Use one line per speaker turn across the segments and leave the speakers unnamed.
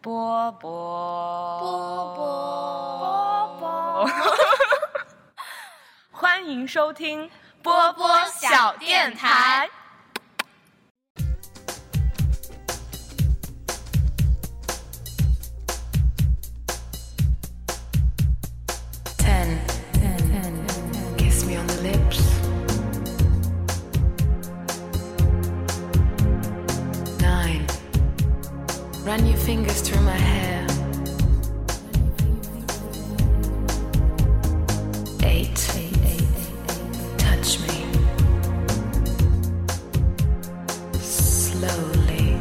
波波
波
波
波
波，欢迎收听波波小电台。
Ten. Kiss me on the lips. Nine. Run your fingers through my hair. Eight. Touch me. Slowly.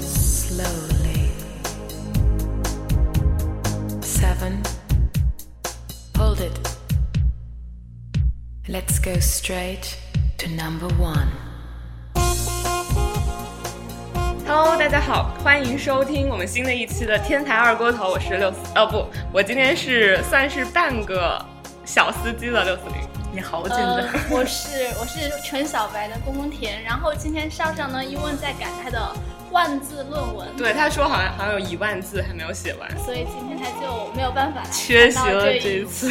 Slowly. Seven. Hold it. Let's go straight to number one.
Hello，大家好，欢迎收听我们新的一期的天台二锅头，我是六四，呃不，我今天是算是半个小司机了，六四零。你好紧张。
呃，我是我是纯小白的公公田，然后今天莎莎呢，因为在赶她的万字论文，，
对，他说好像好像有一万字还没有写完，
所以今天她就没有办法来
缺席了
这
这一
一
次。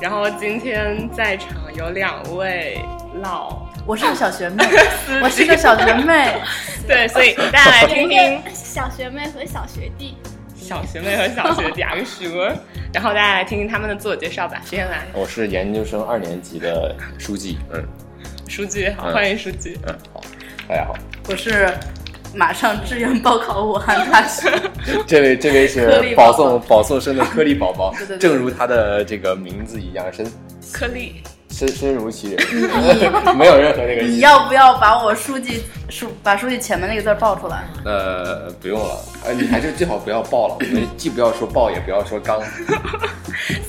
然后今天在场有两位老
我是个小学 妹，
司
我是个小学妹，
对，所以大家来
有
听
一
听
个小学妹和小学弟，
小学妹和小学弟两个儿，然后大家来听听他们的自我介绍吧。谁先来？
我是研究生二年级的书记，嗯，
书记好，
嗯
欢迎书记。
嗯，好，大家好，
我是马上志愿报考武汉大学，
这位这位
颗
是
粒宝
保
宝
送保送生的颗粒宝宝
对对对，
正如他的这个名字一样，深
颗粒，
深深如其人， 没有任何那个
你
意思。
要不要把我书记书把书记前面那个字儿报出来？
呃，不用了，呃，你还是最好不要报了，我们既不要说报，也不要说刚，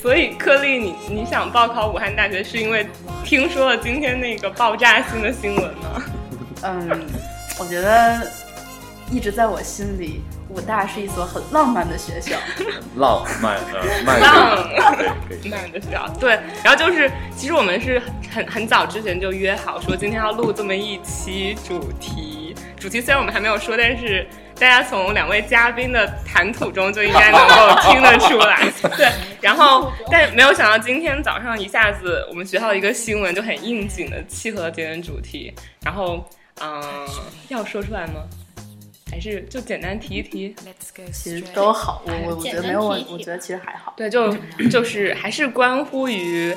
所以颗粒，你你想报考武汉大学，是因为听说了今天那个爆炸性的新闻吗？
嗯，我觉得一直在我心里，武大是一所很浪漫的学 校。
浪漫啊，漫
浪
可以可以可以，
慢的学校。对，然后就是，其实我们是很很早之前就约好说今天要录这么一期主题。主题虽然我们还没有说，但是大家从两位嘉宾的谈吐中就应该能够听得出来。对，然后但没有想到今天早上一下子，我们学校的一个新闻就很应景的契合了今天的主题。然后，嗯、要说出来吗？还是就简单提一提？
Let's go
其实
straight.
都好，我我我觉
简单
得没有问
提，一
我
提
觉得其实还好。
对，就就是还是关乎于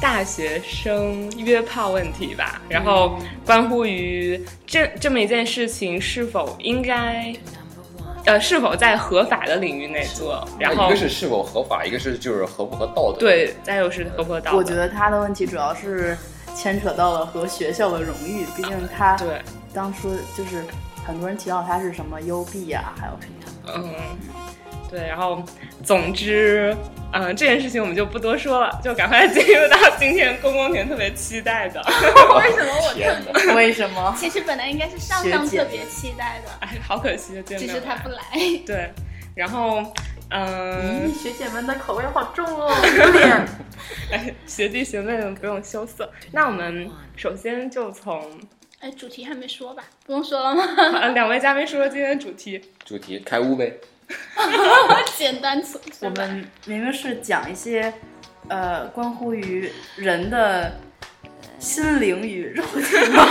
大学生约炮问题吧，然后关乎于这这么一件事情是否应该，呃，是否在合法的领域内做，然
哦一
后
个是是否合法，一个是就是合不合道德，，
对，再又是合不合道德，
我觉得他的问题主要是牵扯到了和学校的荣誉，毕竟他
对，
当初就是很多人提到他是什么幽闭呀，还有什么。
嗯，对，然后总之。嗯，这件事情我们就不多说了，就赶快进入到今天公公田特别期待的。
为什么我特
天哪，
为什么？
其实本来应该是上上
学姐
特别期待的，
哎，好可惜，见
只
面
是
了
她不来。
对，然后，嗯、
咦，学姐们的口味好重哦，有点。
哎， 学弟学妹们不用羞涩。那我们首先就从、
哎，主题还没说吧？不用说了吗？
呃、两位嘉宾说说今天的主题。
主题开悟呗，
简单粗粗
我
吧。
们明明是讲一些，呃，关乎于人的心灵与肉体嘛。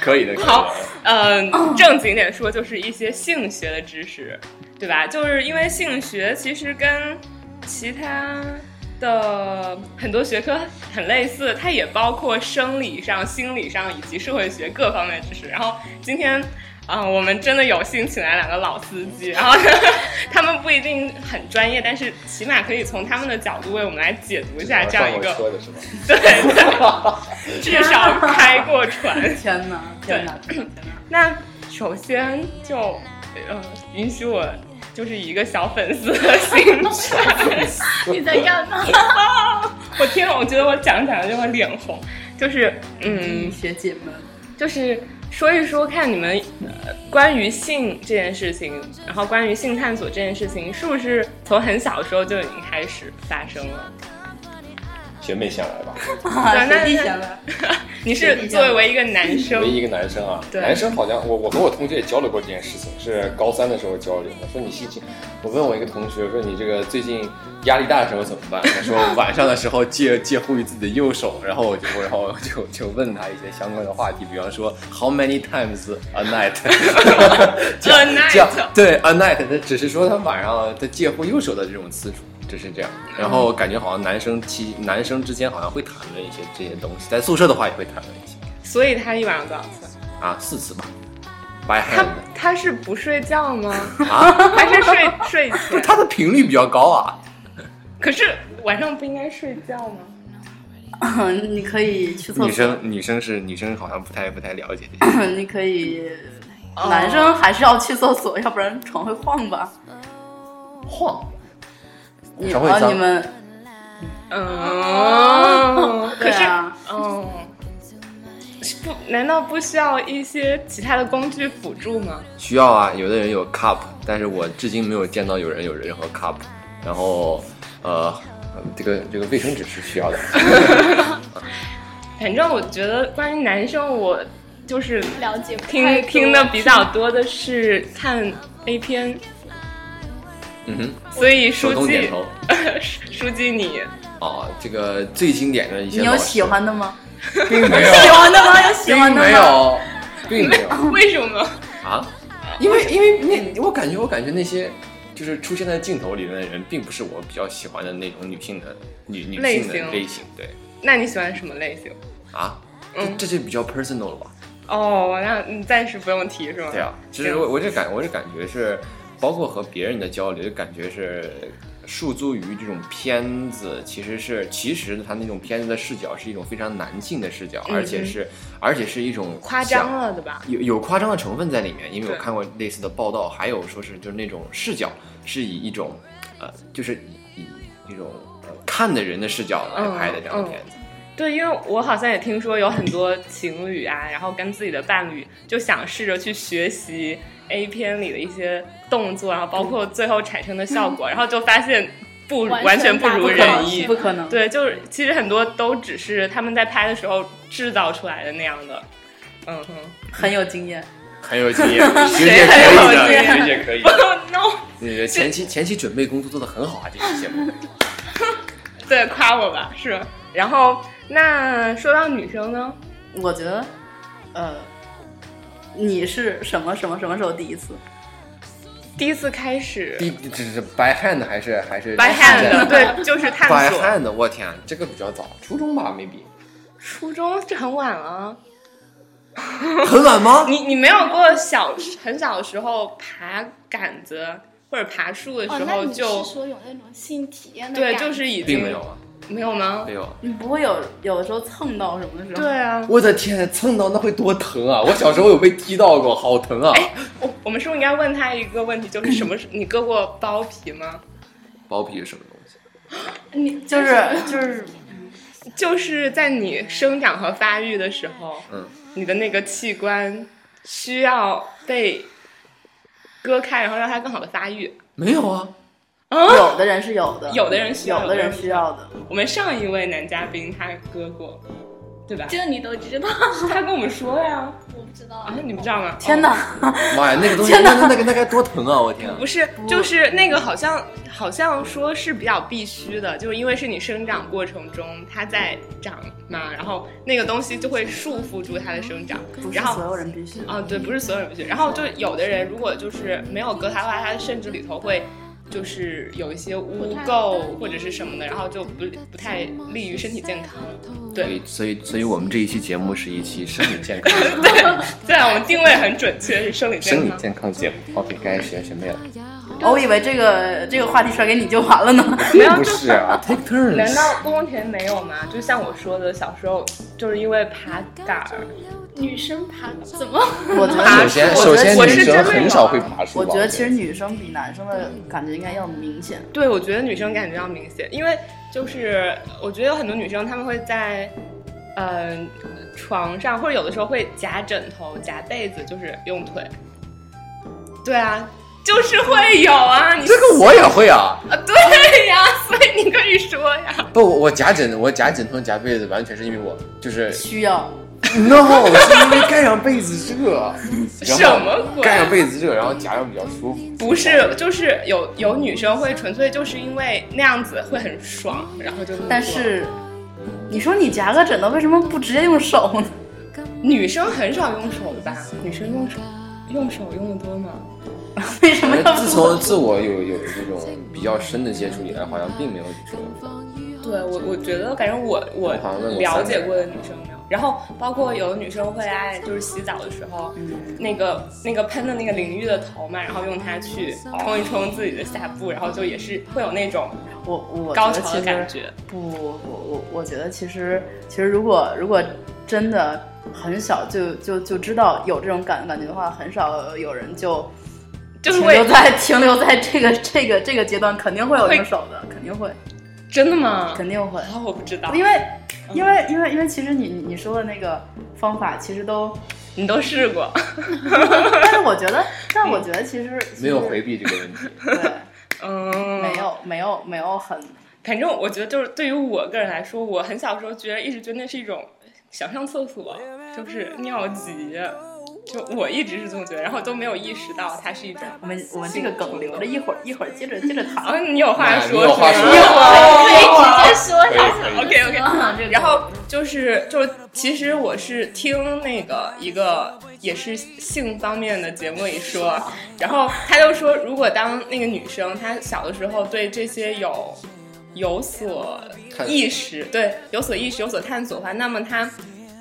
可以的，可以的
好嗯、正经点说，就是一些性学的知识，对吧？就是因为性学其实跟其他的很多学科很类似，它也包括生理上、心理上以及社会学各方面的知识。然后今天。嗯、我们真的有幸请来两个老司机，然后 他们不一定很专业，但是起码可以从他们的角度为我们来解读一下这样一个
上，过车的是吧？
对，对 至少开过船。
天哪，天哪，天哪！
那首先就呃，允许我就是以一个小粉丝的心态，
你在干嘛？
我天，我觉得我讲着讲着就会脸红，就是嗯，
学姐 们，
就是说一说看你们、呃、关于性这件事情，然后关于性探索这件事情，是不是从很小的时候就已经开始发生了？
学妹先来吧。
对那
啊学弟先来，
你是作为一个男
唯一
生，
一个男生啊，
对
男生好像我我和我同学也交流过这件事情，是高三的时候交流的。说你心情，我问我一个同学说你这个最近压力大的时候怎么办？他说晚上的时候借 介乎于自己的右手，然后我就然后就就问他一些相关的话题，比方说 how many times a night，这样
A night
这样对 a night，他只是说他晚上他介乎右手的这种次数。只是这样，然后感觉好像男生其男生之间好像会谈论一些这些东西，在宿舍的话也会谈论一些。
所以他一晚上多少次？
啊，四次吧。白
他
hand
他是不睡觉吗？
啊，
还是睡睡
不是
前？
它的频率比较高啊。
可是晚上不应该睡觉吗？
你可以去厕所，
女生女生是女生好像不太不太了解这些。
你可以。男生还是要去厕所，要不然床会晃吧。
晃，
你
床会
啊，
脏
你们
嗯，可
对
是
啊，
嗯，是不，难道不需要一些其他的工具辅助吗？
需要啊，有的人有 cup，但是我至今没有见到有人有任何 cup。然后，呃，这个这个卫生纸是需要的。
反正我觉得关于男生，我就是
了解不太
听
多
听的比较多的是看 A 片，
嗯哼，
所以
手
书
动点
记
头。
书记你
哦，这个最经典的一些
你有
老师
喜，欢的吗？
并没有，
喜欢的吗？有喜欢
并
的吗？
没有，并没有。
为什么？
啊？因为因为那
嗯
我感觉我感觉那些就是出现在镜头里面的人，并不是我比较喜欢的那种女性的女女
类
性的
型
类型，对
那你喜欢什么类型？
啊，
嗯
这这就比较 personal 了吧？
哦，那你暂时不用提是吗？
对啊，其实我我这感我这感觉是，包括和别人的交流，就感觉是诉诸于这种片子，其实是其实他那种片子的视角是一种非常男性的视角，而且是而且是一种
嗯夸
想
张了对吧？
有有夸张的成分在里面，因为我
对
看过类似的报道，还有说是就是那种视角是以一种呃，就是以以一种、呃、看的人的视角来拍的
嗯
这样的片子。
对，因为我好像也听说有很多情侣啊，然后跟自己的伴侣就想试着去学习 A 片里的一些动作，然后包括最后产生的效果，然后就发现不
完全
完全不
达
如
不
不
到
可
人
能，
意
不。可能。
对，就是其实很多都只是他们在拍的时候制造出来的那样的。嗯哼
很有经验，
很有经验，学姐
谁很
可
有
以的，
经验
学姐可以 的。
Oh
，no，no，
你的前期前期准备工作做得很好啊，这期 节目。
对，夸我吧，是。然后那说到女生呢，
我觉得，呃，你是什么什么什么时候第一次？
第一次开始
第这是白汉的还是还是
白汉的，
现在
对，就是探
白
索。
汉的，我天，啊这个比较早，初中吧，maybe
初中这很晚了、啊。
很晚吗？
你你没有过小很小的时候爬杆子或者爬树的
哦，
时
那
候
你、
就是
说有那种性体验的
对，
感觉
就是已经
并没有啊，
没有吗
没？有。啊
你不会有有的时候蹭到什么时候？
对，啊，
我的天，蹭到那会多疼啊！我小时候有被踢到过，好疼啊！
哎，我我们是不是应该问他一个问题，就是什么时？你割过包皮吗？
包皮是什么东西？
你
就是就是
就是在你生长和发育的时候，
嗯，
你的那个器官需要被割开，然后让它更好的发育。
没有啊，
有的人是有的，
有的人需要
有的人需要的。
我们上一位男嘉宾他割过，对吧？
这你都知道，
他跟我们说呀，
我不知道
啊，你不知道吗？
天
哦
哪，
妈呀，那个东西，
天
那
哪
那那个那该多疼啊！我天啊，
不是，就是那个好像好像说是比较必须的，就是因为是你生长过程中它在长嘛，然后那个东西就会束缚住它的生长
不，是
然
所
后。
有人必须。
啊，对，不是所有人不去。然后就有的人，如果就是没有割它的话，它的甚至里头会就是有一些污垢或者是什么的，然后就不不太利于身体健康。对，
所以所以我们这一期节目是一期生理健康、
对，我们定位很准确，是生理健
生理
康。
健康节目。OK，该学学妹了，
哦我以为这个这个话题甩给你就完了呢。
没有，
不
就是
啊，take
难
turns。
道宫田没有吗？就像我说的，小时候就是因为爬杆儿，
女生爬怎么？
我 觉
爬
首
我
得，
先，首
觉得
先
我
女
是
生
真的
很
有
少
啊
会爬树
我
吧。
觉得其实女生比男生的感觉应该要明显。
对我觉得女生感觉要明显，因为就是我觉得有很多女生她们会在呃床上，或者有的时候会夹枕头、夹被子，就是用腿。对啊，就是会有啊，你
这个我也会啊。
啊对呀、所以你可以说呀，
不，我夹枕，我夹枕头夹被子，完全是因为我就 是
需要
no，我是因为盖上被子热，然后
什么鬼
盖上被子热，然后夹上比较 舒服。
不是，就是有有女生会纯粹就是因为那样子会很爽，然后就那么
但
做
是你说你夹个枕头，为什么不直接用手呢？
女生很少用手吧？女生用手用手用的多吗？
为什么
反
要
正自从自我有有这种比较深的接触以来，好像并没有女生用过
对我，我觉得感觉我我
我好像问过
了解过的女生没有。然后包括有的女生会爱，就是洗澡的时候，
嗯
那个那个喷的那个淋浴的头嘛，然后用它去冲一冲自己的下部，然后就也是会有那种
我我
高
觉得
潮的
其实
感觉。
不不不，我我觉得其实其实如果如果真的很小就就就知道有这种感感觉的话，很少有人就
就是
停
会
留在停留在这个这个这个阶段，肯定会有
会
用手的，肯定会
真的吗？
肯定 会，
啊，我不知道，
因为因为因为因为其实你你你说的那个方法其实 都，
你都试过，
但是我觉得但我觉得其实
没有回避这个问题。
对，
嗯，
没有没有没有很
反正我觉得就是对于我个人来说，我很小时候觉得一直觉得那是一种想上厕所，就是尿急，就我一直是这么觉得，然后都没有意识到它是一种。
我们我们这个梗留着一会儿一会儿接着接着
啊，
谈，
你有话
哎你
说
有
是
话
吗？
说
哦 可以直接说
可以
他
可以
想
OK OK，
哦
这个
然后就是就是，其实我是听那个一个也是性方面的节目里说，然后他就说，如果当那个女生她小的时候对这些有有所
探索
意识，对有所意识、有所探索的话，那么她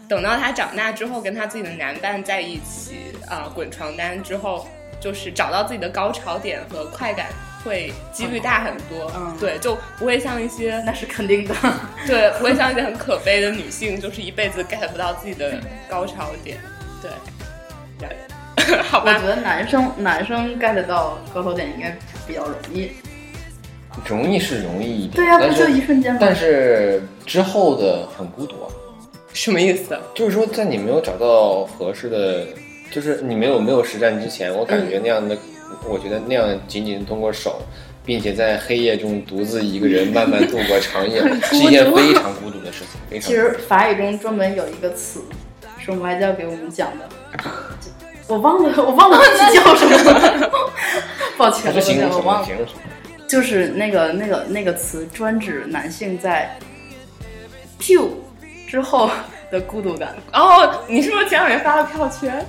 等到她长大之后，跟她自己的男伴在一起啊、滚床单之后，就是找到自己的高潮点和快感。会几率大很多，
嗯
对，就不会像一些
那是肯定的。
对，我也像一个很可悲的女性，就是一辈子 get 不到自己的高潮点。对，然 好
我
吧
觉，得男生男生 get 到高潮点应该比较容易。
容易是容易一点，
对呀、
但
不就是一瞬间吗？
但是之后的很孤独啊，
什么意思？啊
就是说在你没有找到合适的，就是你没有没有实战之前，我感觉那样的，我觉得那样仅仅通过手。并且在黑夜中独自一个人慢慢度过 长夜，是一件非常孤独的事情。非常
其实法语中专门有一个词，是我们外教给我们讲的，我忘了，我忘了自己叫什么 了，抱
它
歉，
是
抱
形
歉，
容什
我
么？
忘了
形。容什么？
就是那个那个那个词，专指男性在 pew 之后的孤独感。
哦，你是不是前两天发了票圈？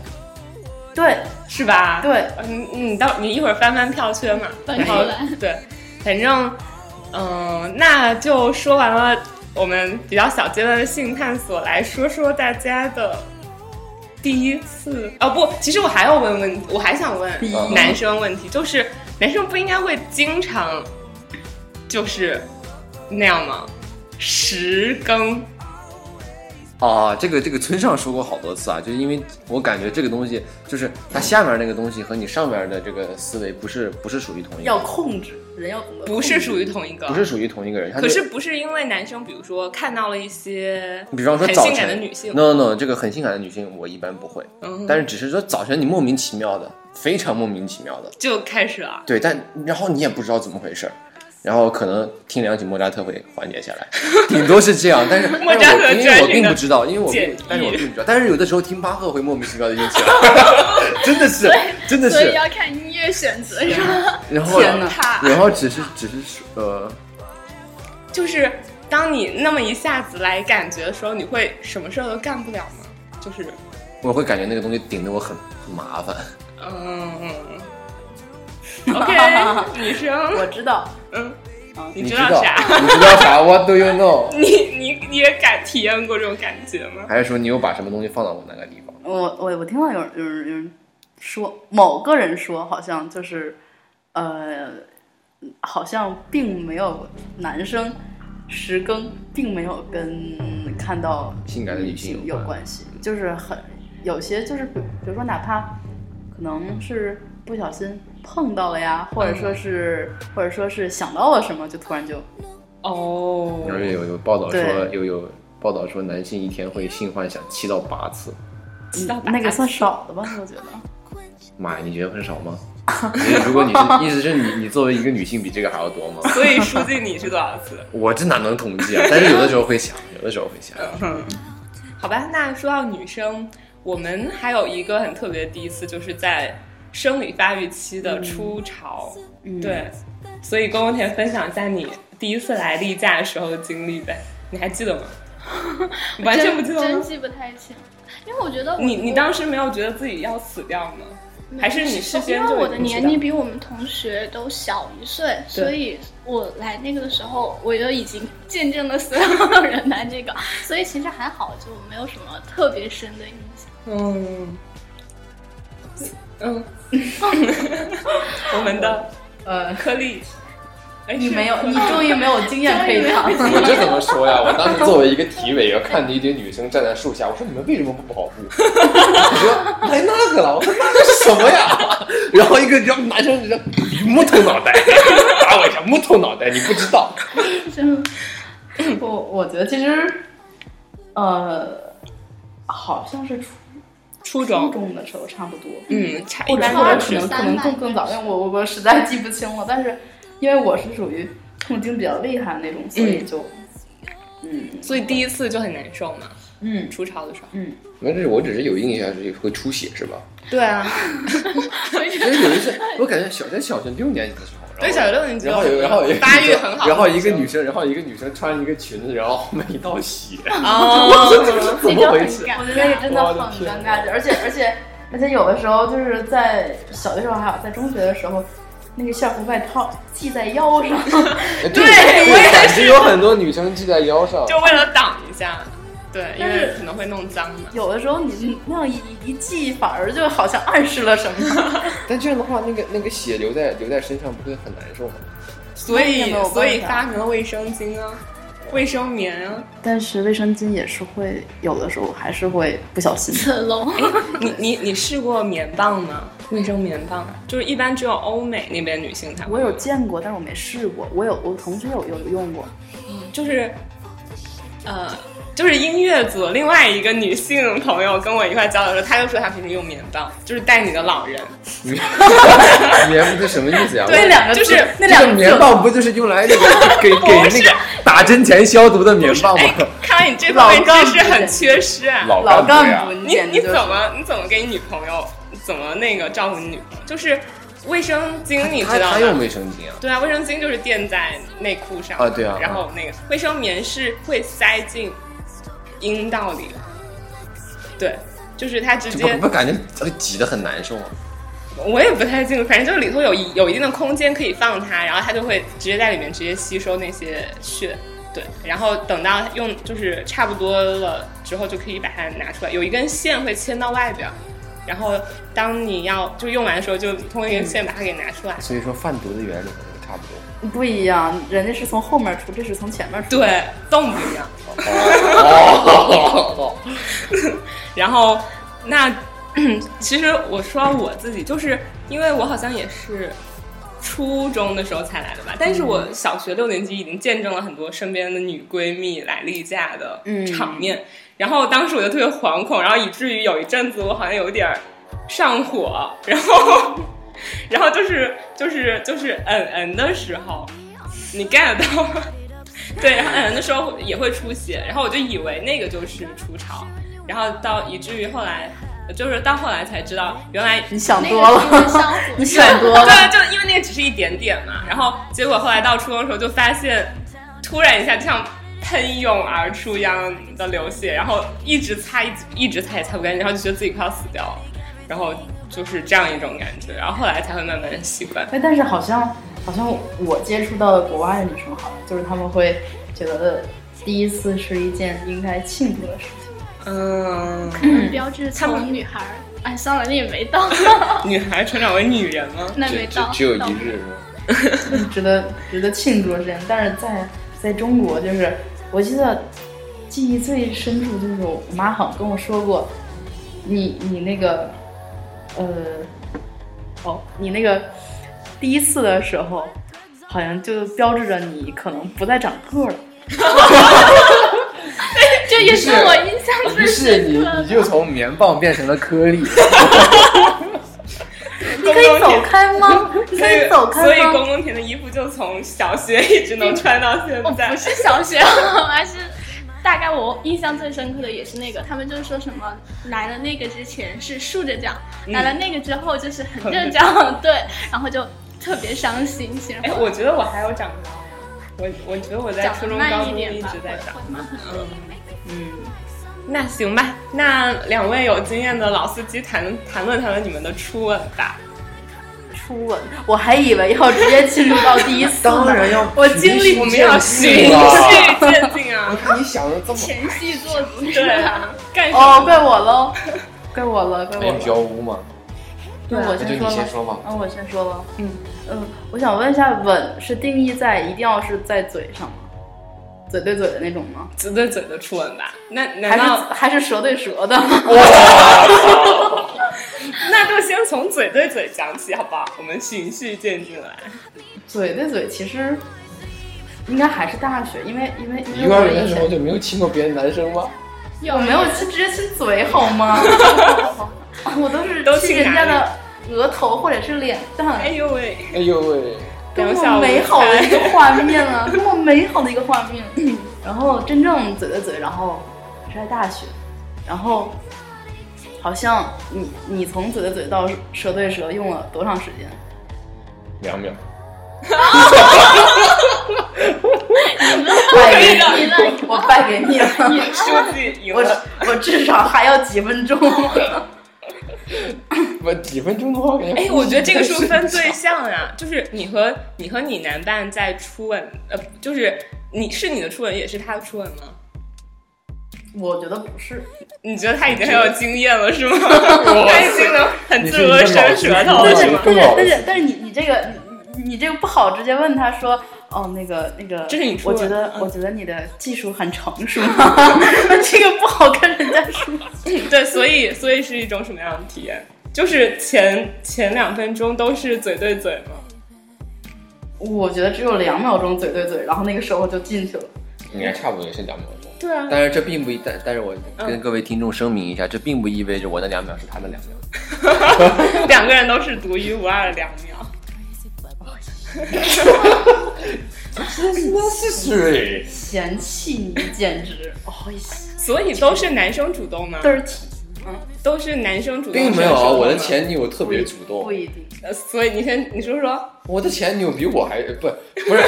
对，
是吧？
对
嗯，你你到你一会儿翻翻票圈嘛，
翻
然后
出来
对，反正嗯、那就说完了我们比较小阶段的性探索，来说说大家的第一次哦不，其实我还要问问，我还想问
嗯
男生问题，就是男生不应该会经常就是那样吗？十更
啊，这个这个村上说过好多次啊，就是因为我感觉这个东西，就是它下面那个东西和你上面的这个思维不是不是属于同一
要
个，
控制，人要懂得
不是属于同一个，
不是属于同一个人。它就
可是不是因为男生，比如说看到了一些，
比方说
很
早
性
晨
感的女性，
，no no no，这个很性感的女性我一般不会，
嗯
但是只是说早晨你莫名其妙的，非常莫名其妙的，
就开始了。
对，但然后你也不知道怎么回事儿，然后可能听两曲莫扎特会缓解下来， 顶多是这样。 但是
莫扎特
但是我因为我
居然是
并
个
不知道，因为我
建
并
议
但是我并不知道，但是有的时候听巴赫会莫名其妙的晕 起来，真的是真的
所以
是。
要看音乐选择是吧？
然后
天哪
然后只是只是呃，
就是当你那么一下子来感觉的时候，你会什么事儿都干不了吗？就是，
我会感觉那个东西顶得我很很麻烦。
嗯，OK，女
我
生，
知道，
嗯，你
你
知
知
道
道
啥？
你知道啥？What do you know？
你你你也感体验过这种感觉吗？
还是说你有把什么东西放到我那个地方？
我我我听到有人有人有人说，某个人说好像就是，呃，好像并没有男生十更并没有跟看到
性感的女性
性有
有关
关系，就是很有些就是比比如说哪怕可能是不小心碰到了呀，或者说是、或者说是想到了什么，就突然就
哦
而且有有报道说
对
有有报道说男性一天会性幻想七到八次。
七到八
那个算少的吧，我觉得。
妈呀，你觉得很少吗？如果你 是意思是你你作为一个女性比这个还要多吗？
所以书记你是多少次？
我这哪能统计 啊？但是有的时候会想，有的时候会想，
好吧，那说到女生，我们还有一个很特别的第一次，就是在生理发育期的初潮。对，所以公公田分享一下你第一次来例假的时候的经历呗，你还记得吗？完全不记
真
得
真
吗？
记不太清，因为我觉得我
你你当
时
时没有觉得自己要死掉吗？还是你事先
因为
就
我
已
的
经知
年
道
龄比我们同学都小一岁，所以我来那个的时候，我就已经见证了所有人来这个，所以其实还好，就没有什么特别深的印象。
嗯嗯， 我们的
呃，
颗粒，哎，
你
是
没有，
颗粒
你终于没有经验可以讲了。
我这怎么说呀？我当时作为一个体委，看着一堆女生站在树下，我说你们为什么不跑步？ 我说来那个了，我说那个是什么呀？ 然后一个然后男生就木头脑袋 打我一下，木头脑袋，你不知道。
真， 我我觉得其实，呃，好像是初
初
初
中，
中的时候差不多，
嗯，差一
或者
般
或者
都
可
是
能可能更更早，因为我我我实在记不清了。但是因为我是属于痛经比较厉害的那种，所以就嗯
所以第一次就很难受嘛，
嗯
初潮的时候。
嗯，
没事，我只是有印象是会出血是吧？
对啊，
就是有一次，我感觉小在小学六年级的时候，然后
对小学六年级
然后有然后有一个
发育 很好
然后一个女生，然后一个女生穿一个裙子，然后后面一道血， 这
哦，
是怎么回事？
我觉得是真的很尴尬，而且而且而且有的时候就是在小的时候，还有在中学的时候，那个校服外套系在腰上，
对，
我也
也是有很多女生系在腰上，
就为了挡一下，对，因
但是
为可能会弄脏嘛。
有的时候你那样一一系，反而就好像暗示了什么。
但这样的话，那个那个血留在留在身上，不会很难受吗？
所
那也
以
没有办法
所以发明了卫生巾啊，卫生棉啊。
但是卫生巾也是会有的时候还是会不小心。
子龙，
你你你试过棉棒吗？卫生棉棒啊就是一般只有欧美那边女性才会
我有见过，但是我没试过。我有我同学有有用过，
就是，呃，就是音乐组另外一个女性朋友跟我一块交流的时候，她就说她平时用棉棒，就是带你的老人。
棉不是什么意思呀？
对
我
两个就是
字那
这
两
个
个
棉
字
棒不就是用来那个给
不
给
是
那个打针前消毒的棉棒吗
哎？，看来你这方面知识很缺失啊。
老
老
干
干部，
呀，
你
简直
你
就
怎
是
么你怎么给你女朋友怎么那个照顾你女朋友？就是卫生巾，你
他
知道
他用
吗？
卫生巾啊？
对啊，卫生巾就是垫在内裤上
啊对啊
然后那个卫生棉是会塞进阴道里的，对，就是它直
这不
接
不感觉这个挤得很难受吗？啊
我也不太清楚，反正就是里头有一有一定的空间可以放它，然后它就会直接在里面直接吸收那些血，对，然后等到用就是差不多了之后就可以把它拿出来，有一根线会牵到外边儿，然后当你要就用完的时候，就通过一根线把它给拿出来。
所以说贩毒的原理可能差不多。
不一样，人家是从后面出，这是从前面出。
对，动不一样。
哦，
然后那 其实我说我自己，就是因为我好像也是初中的时候才来的吧，但是我小学六年级已经见证了很多身边的女闺蜜来例假的场面，然后当时我就特别惶恐，然后以至于有一阵子我好像有点儿上火，然后然后就是就是就是嗯嗯的时候，你 get 到 吗？对，然后嗯的时候也会出血，然后我就以为那个就是初潮，然后到以至于后来，就是到后来才知道，原来啊
你想
哎那
多
个是因为
了，
香火
你想多了。
对，就因为那个只是一点点嘛，然后结果后来到初中的时候就发现，突然一下就像喷涌而出一样的流血，然后一直擦一直一直擦也擦不干净，然后就觉得自己快要死掉了，然后就是这样一种感觉，然后后来才会慢慢习惯。
哎，但是好像好像我接触到的国外的女生，好像就是她们会觉得第一次是一件应该庆祝的事情。
嗯，
标志
他们
从女孩儿，哎，算了，那也没到，
女孩成长为女人吗？
那
只
没
只
到，
只有
到
一日是吗？
值得值得庆祝的事情。但是在在中国，就是我记得记忆最深处，就是我妈好像跟我说过，你你那个呃哦，你那个第一次的时候，好像就标志着你可能不再长个儿了。
这也是
哦不是
我印象
于
最
是
深
你
刻
你就从棉棒变成了颗粒，
公公
可以
公
走
田，
开吗？你 可以走开
所以
吗？
公公田的衣服就从小学一直能穿到现
我
在
哦不。是小学， 而是大概我印象最深刻的也是那个，他们就是说什么来了那个之前是竖着讲，
嗯
来了那个之后就是横着讲，对，然后就特别伤心。其实
哎，我觉得我还有长高呀，我我觉得我在
讲
初
得
中、高
慢一
中
点
一
吧，
直在长。
会慢很多。
嗯，那行吧，那两位有经验的老司机谈谈论谈论你们的初吻吧。
初吻，我还以为要直接进入到第一次呢。
要
我经历
我们要循序渐进啊
你！看你想的这 么，
前戏做主，
对啊，干什
哦，
么？
怪我喽，怪我了，怪
没
我
有
了。
标污吗？
对，我
那就
先
你
说
先
吧。
说吧。
那啊我先说吧。
嗯
嗯，我想问一下，吻是定义在一定要是在嘴上吗？嘴对嘴的那种吗？
嘴对嘴的初吻吧？哎那
还
难
是
道
还是舌对舌的？
那就先从嘴对嘴讲起，好不好？我们循序渐进来。
嘴对嘴其实应该还是大学，因为因为
你
因
幼
为
儿
我
园的
以
时候
前
就没有亲过别的男生吗？
我没有亲直接亲嘴好 吗？ 我都是
都
亲
亲
人家
哪
的额头或者是脸蛋，
哎呦喂，
哎呦喂，
多
两
么
小无
美好的
猜
一个画面啊，多么美好的一个画面。 然后真正嘴对嘴，然后是在大学，然后好像你你从嘴对嘴到舌对舌用了多长时间？
两秒，
败给你了，我败给你了，
书记赢
我
了。
我至少还要几分钟。
我几分钟的话，我感 觉
哎，我觉得这个是分 对象啊，就是你和你和你男伴在初吻，呃，就是你是你的初吻，也是他的初吻吗？
我觉得不是，
你觉得他已经很有经验了 是吗？他已经 能很自如的伸舌头
但
了
我
是
是
觉得
吗？
但
更
是
好
但是但是你你这个你你这个不好，直接问他说。哦，那个那个，
这是你说
我
的
觉得
嗯
我觉得你的技术很成熟， 这个不好跟人家说。
对，所以所以是一种什么样的体验？就是前前两分钟都是嘴对嘴吗？
我觉得只有两秒钟嘴对嘴，然后那个时候就进去了。
应该差不多也是两秒钟。
对啊，
但是这并不一，但但是我跟
嗯
各位听众声明一下，这并不意味着我的两秒是他的两秒。
两个人都是独一无二的两秒。
那是谁？
嫌弃你简直，哦，
所以都是男生主动吗？
嗯
dirty，
都是男生主动，
并没有
女生
啊，
主动吗
我的。前女友特别主动
不，一定。
呃所以你先你说说，
我的前女友比我还不不是我的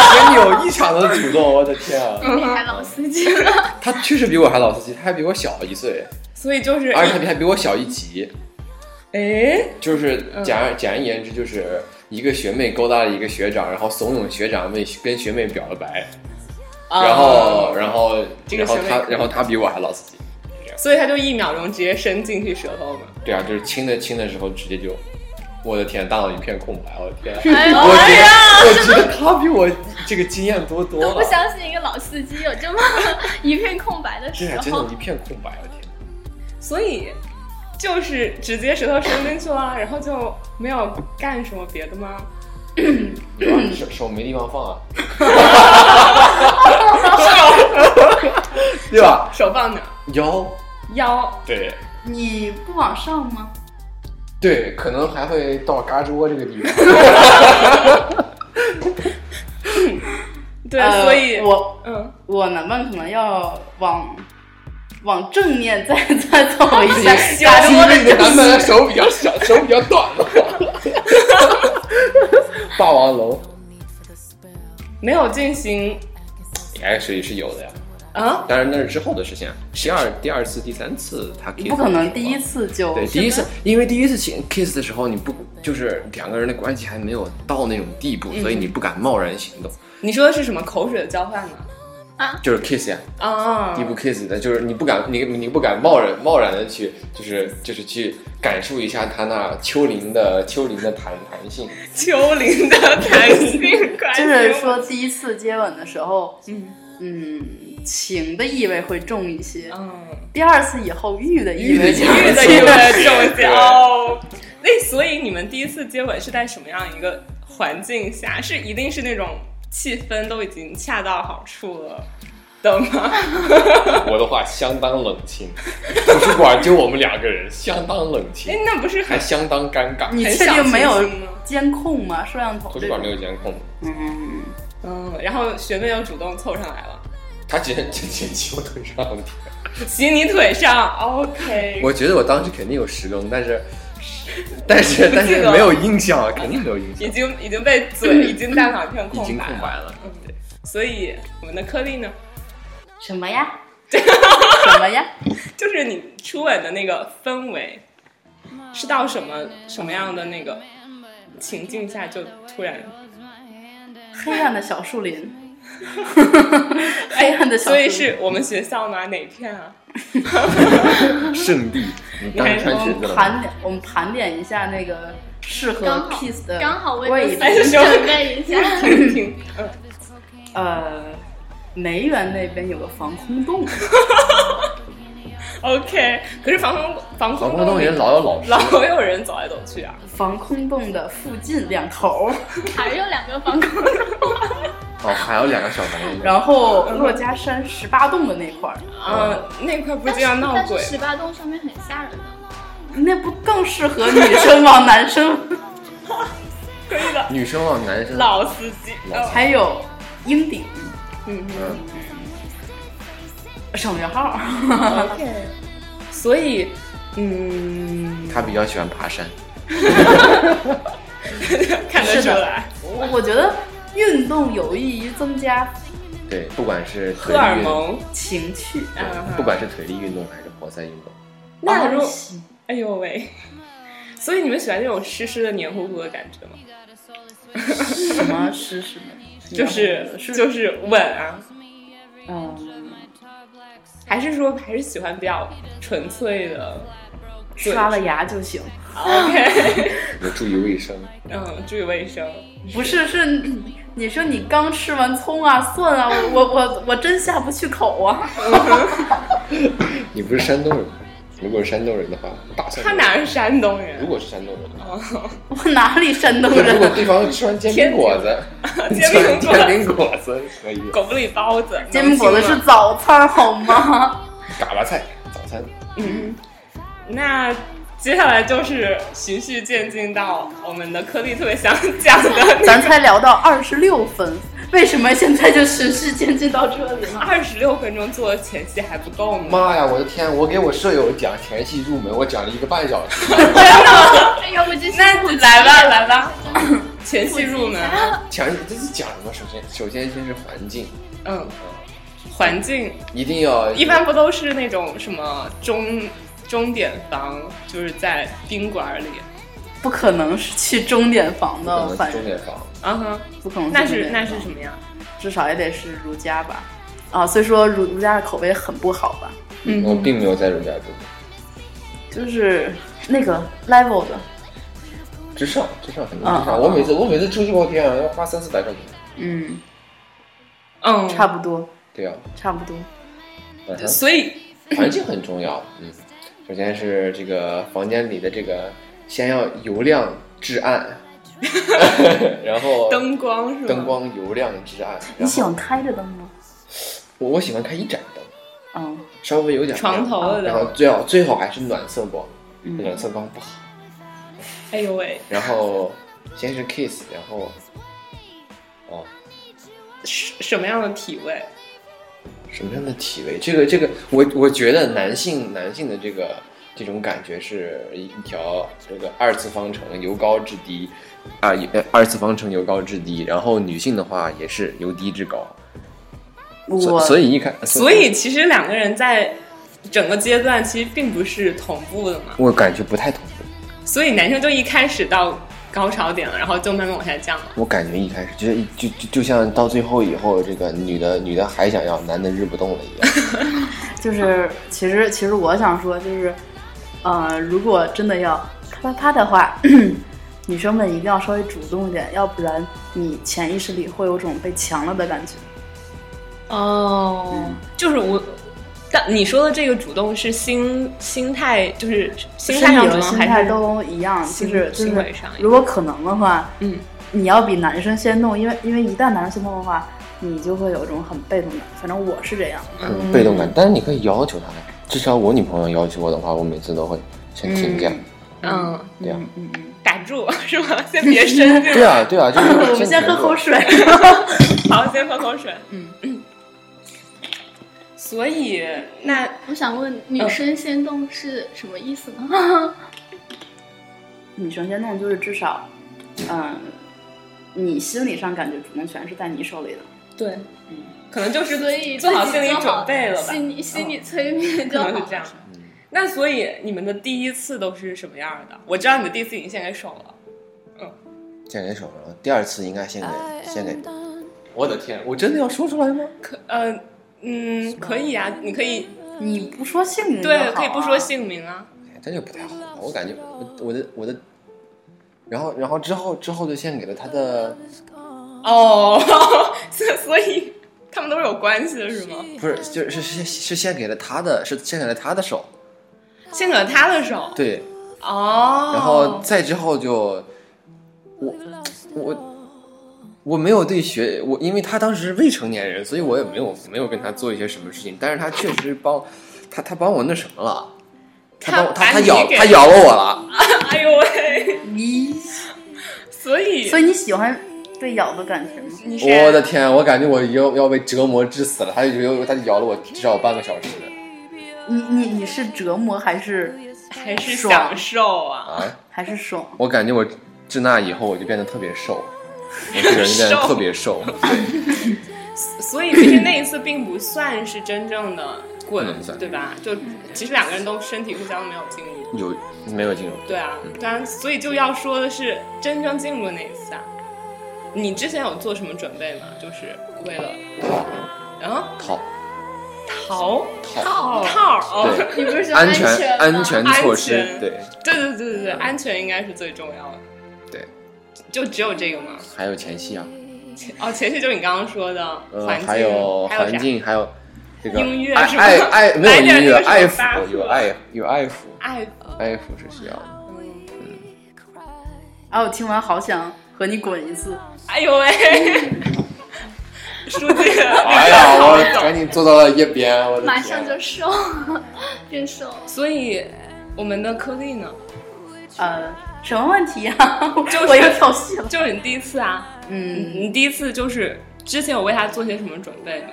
前女友异常的主动，我的天啊！
厉害老司机了。
她确实比我还老司机，她还比我小一岁，
所以就是，
哎
而且她比还比我小一级。
哎，
就是简而简而言之，就是一个学妹勾搭了一个学长，然后怂恿学长为跟学妹表了白，然后
哦
然后
这个
然后
学妹
她
可以
然后她比我还老司机。
所以他就一秒钟直接伸进去舌头嘛。
对啊，就是亲的亲的时候直接就，我的天，大脑一片空白，我的天，
哎呦
我觉得、我觉得他比我这个经验多多
都不
了，
相信一个老司机有这么 一片空白的
这
时
俩真
候
的，一片空白，我的天，
所以就是直接舌头伸进去了，然后就没有干什么别的吗？嗯
对吧手手没地方 放啊， 对吧？
手放哪儿？
腰，
腰。
对
你不往上吗？
对，可能还会到嘎吱窝这个地 方。
对，
呃
所以
我
嗯，
我男伴可能要往往正面再 再走一下，
嘎
嘎
吱
吱窝
窝
的
你的男的手比较小， 手比较短的话霸王龙，
没有进行
哎，所以是有的呀。
啊，
当然那是之后的事情啊。第二、第二次、第三次，他 kiss
不可能
的时候
第一。次就
对，第一次，因为第一次亲 kiss 的时候，你不就是两个人的关系还没有到那种地
嗯
步，所以你不敢贸然行动，
你说的是什么口水的交换吗？
就是 kiss 呀、
啊
第一步 kiss 的，就是你不敢，你你不敢贸然贸然的去，就是就是去感受一下他那丘陵的丘陵的弹弹 性。
丘陵的弹性关系，
就是说第一次接吻的时候，
嗯
嗯，情的意味会重一些，
嗯，
第二次以后欲的意味就
欲
会
的
重一
意
些
味重
对
些哦。那所以你们第一次接吻是在什么样一个环境下？是一定是那种气氛都已经恰到好处了，的吗？
我的话相当冷清，图书馆就我们两个人，相当冷
哎
清，，
那不是
还
很
相当尴尬。
你
很
确
小
定没有
清新吗
监控吗？摄像头
图书
这
馆
种
没？有监控，
嗯，
嗯？然后学妹又主动凑上来了，
他直接直接骑我腿上了。
骑你腿 上，OK。哦
我觉得我当时肯定有十更，但是但是但
记
是
得
没有印象，肯定没有印象
已，经已经被嘴已经大脑一片
已经
白
空白
了，
了。
嗯，对。所以我们的颗粒呢，
什 么呀？什么呀？
就是你初吻的那个氛围，是到什么什么样的那个情境下就突然，
黑暗的小 树林，黑暗的小树
哎所以
林，
是我们学校吗？哪片啊？
圣地，你当时穿裙子了吗？
盘点，我们盘点一下那个适合
刚好
kiss 的
刚好我
位
也
置。
哎是吗
准备一 下，
挺挺，嗯，
呃，梅园那边有个防空洞，
OK，可是防空防
防
空
空洞
里
人老有老师，
老有人走来走去啊，
防空洞的附近两头儿，
还有两个防空
哦，还有两个小朋友。
然后珞珈山十八洞的那块儿，
嗯，那块不是经常闹
但是
鬼
十八洞上面很吓人 的，
那不更适合女生往男生？
可以的，
女生往男生，
老司机，
老
嗯
还有鹰顶
嗯
嗯，
省略号，
嗯，OK，所以，嗯，
他比较喜欢爬山。
看得出来，
我我觉得运动有益于增加
对，不管是
荷
腿力
尔
运动，
蒙，啊
情趣。
对
嗯
不管是腿力运动还是活塞运动，
那如
哦行
哎呦喂，所以你们喜欢这种湿湿的、黏糊糊的感觉吗？
什么湿湿的，
就是
是
就是吻啊，
嗯，
还是说还是喜欢比较纯粹的
刷了牙就行，
？OK，
要注意卫生。
嗯，注意卫生，
不是是你。你说你刚吃完葱啊、蒜啊，我 我我我真下不去口啊！
你不是山东人吗，如果是山东人的话，大蒜。
他哪哦是山东
如
人？
果是山东人的话，
我哪里山东
如果
人？啊
对方吃完煎饼果子，
煎饼果子
煎饼果子可以。
狗不理包子，
煎饼果子
能
是
行吗
早餐好吗？
嘎巴菜早餐，
那。接下来就是循序渐进到我们的颗粒特别想讲 的
咱才聊到二十六分，为什么现在就循序渐进到这 里了？
二十六分钟做的前戏还不够吗？
妈呀，我的天！我给我舍友讲前戏入门，我讲了一个半小时。
哎呀，我真是
那来吧，来吧，前戏入门，
讲这是讲什么？首先，首先先是环境，
嗯，环境
一定要
一般不都是那种什么钟钟点房，就是在宾馆里，
不可能是去钟点房的，
嗯
反
钟
正
点房，
啊哈，
不可能
那
钟
是
点
那
房
是什么呀？
至少也得是儒家吧？啊，所以说儒儒家的口碑很不好吧？
嗯
我并没有在人家住，
就是那个 level 的，
之上之上肯定
啊
嗯
之上。我每次我每次出去，我天啊，要花三四百块钱。
嗯，
嗯，
差不多，
对啊，
差不多。
晚上
所以
环境很重要，嗯，首先是这个房间里的这个嗯先要油亮 至暗，然后
灯光是吗？
灯光油亮至暗。
你
然
喜
后
欢开着灯吗？
我我喜欢开一盏灯，
嗯，
稍微有点
床头的嗯
亮然后最好最好还是暖色光，暖色光不好。
哎呦喂，
然后先是 kiss，然后哦
什什么样的体位？
什么样的体位？这个这个，我我觉得男性男性的这个这种感觉是一条这个二次方程，由高至低，啊，呃二次方程由高至低。然后女性的话也是由低至高，所
我
所以一开，
所以其实两个人在整个阶段其实并不是同步的嘛，
我感觉不太同步。
所以男生就一开始到高潮点了，然后就慢慢往下降了。
我感觉一开始就是就就就像到最后以后，这个女的女的还想要，男的日不动了一样。
就是，其实其实我想说，就是，呃，如果真的要啪啪啪的话， 女生们一定要稍微主动一点，要不然你潜意识里会有种被强了的感觉。
哦，就是我。但你说的这个主动是心心态，就是心态上
理
主
和
动，
心
还
态
是
都一样，就
心
是就
心
是
理上，
如果可能的话，
嗯，
你要比男生先弄，因为因为一旦男生先弄的话，你就会有一种很被动感。反正我是这样，
很嗯被动感，但是你可以要求他的，至少我女朋友要求我的话，我每次都会先听一 下。
嗯，
对啊，
打住是吗？ 先别深
对
入，
啊，对啊，就是
我们先喝 口。水。
好，先喝口水。嗯，所以那
我想问，
嗯
女生先动是什么意思呢？
女生先动就是至少，嗯，你心理上感觉主动权是在你手里的。
对，
嗯
可能就是
所以
做好
自
心
己
理
做
准备了吧，嗯
心理心理催眠 就
可
好
能是这样。
嗯
那所以你们的第一次都是什么样的？我知道你的第一次已经献给手了，
先给手了，第二次应该先给先给。我的天，我真的要说出来吗？
可呃嗯，可以啊，你可以
你不说姓名就好啊
嗯对，可以不说，姓名啊。
但哎这个不太好吧，我感觉我我的我的，然后然后之后之后就献给了他的，
哦， 所所以他们都是有关系的是吗？
不是就是是是是献给了他的，是献给了他的手，
献给了他的手。
对，
哦，
然后再之后就我我我没有对学我，因为他当时是未成年人，所以我也没有没有跟他做一些什么事情，但是他确实帮他他帮我那什么了。他帮我
他
他
把你
咬
给
他咬了我了，
哎呦喂，
你
所以
所以你喜欢被咬的感觉吗？
你是
我的天！啊我感觉我要要被折磨致死了。他就他就咬了我至少半个小时
你你你是折磨还是
还是
爽
享受啊？
啊！
还是爽？
我感觉我自那以后我就变得特别瘦，我这个人变得特别瘦，
所以其实那一次并不算是真正的
不
滚
能，算
对吧？就其实两个人都身体互相没有经历。
有没有进入？
对啊，对啊，所以就要说的是真正进入的那一次啊。你之前有做什么准备吗？就是为了，啊，
套
逃
套
套套哦，
对
你不是说
安
全
全
安
安全措施
安全
对
对对对对
嗯
对，安全应该是最重要的，
对，
就只有这个吗？
还有前戏啊，
哦，前期就是你刚刚说的
呃
环境，
还有
还有啥
环境，还有这个
音乐
爱
是吧
爱 爱没有
来点
音乐
那个
爱
什么巴
抚
赫
有爱有爱抚
爱
爱抚是需要 的，
啊，我听完好想和你滚一次。
哎呦喂，书记，
哎呀，我赶紧坐到了一边，我的
马
天
上就瘦，变瘦。
所以我们的颗粒呢，
呃，什么问题啊？
就是
我又跳戏了。
就是你第一次啊，
嗯
你第一次就是之前有为他做些什么准备吗？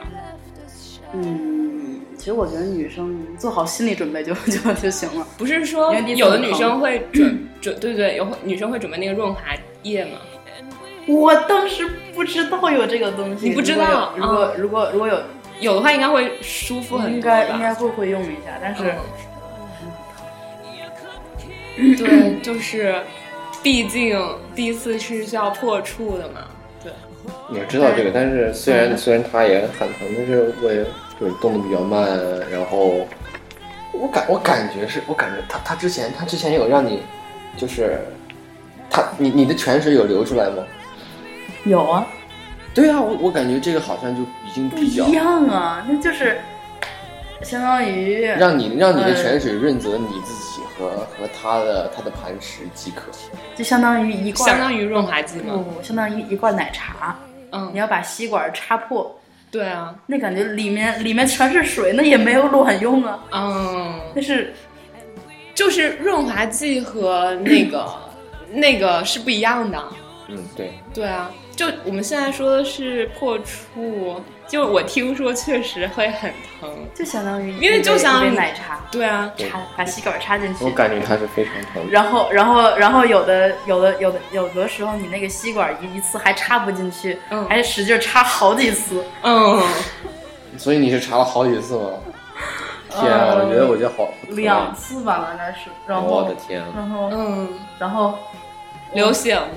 嗯，其实我觉得女生做好心理准备就就就行了。
不是说
因为第一次
有的
很
女
疼
生 会准准对对，有女生会准备那个润滑液吗？
我当时不知道有这个东西，
你不知道
如果有如果如果如果
有的话应该会舒服
有，
很
应
多吧，
该应该会会用一下，但是
嗯对，就是毕竟第一次是需要破处的嘛，对。
我知道这
嗯
个，但是虽然虽然他也很疼，但是我也就是动的比较慢，然后我感我感觉是我感觉他他之前他之前有让你就是他你你的泉水有流出来吗？
有啊，
对啊，我我感觉这个好像就已经
不
比
一
较
样啊，那就是相当于
让你让
嗯
你的泉水润泽你自己和和他的他的磐石即可。
就相当于一罐，嗯
相当于润滑剂吗？
不相当于一罐奶茶，你
嗯，
要把吸管插破，
对啊，
那感觉里面里面全是水，那也没有卵用啊，
嗯，
那是
就是润滑剂和那个 那个是不一样的。
嗯，对，
对啊，就我们现在说的是破处，就我听说确实会很疼。
就相当于一杯
因为就相当于
一杯奶茶，
对啊，
插把吸管插进去，
我感觉他是非常疼。
然后，然后，然后有的，有的，有的，有的时候你那个吸管一一次还插不进去，
嗯
还使劲插好几次。
嗯，
所以你是查了好几 次吗？天啊，我觉得我觉得好
呃两次吧，应该是。然
我
后
的，天啊！
然后，
嗯，
然后
流血吗？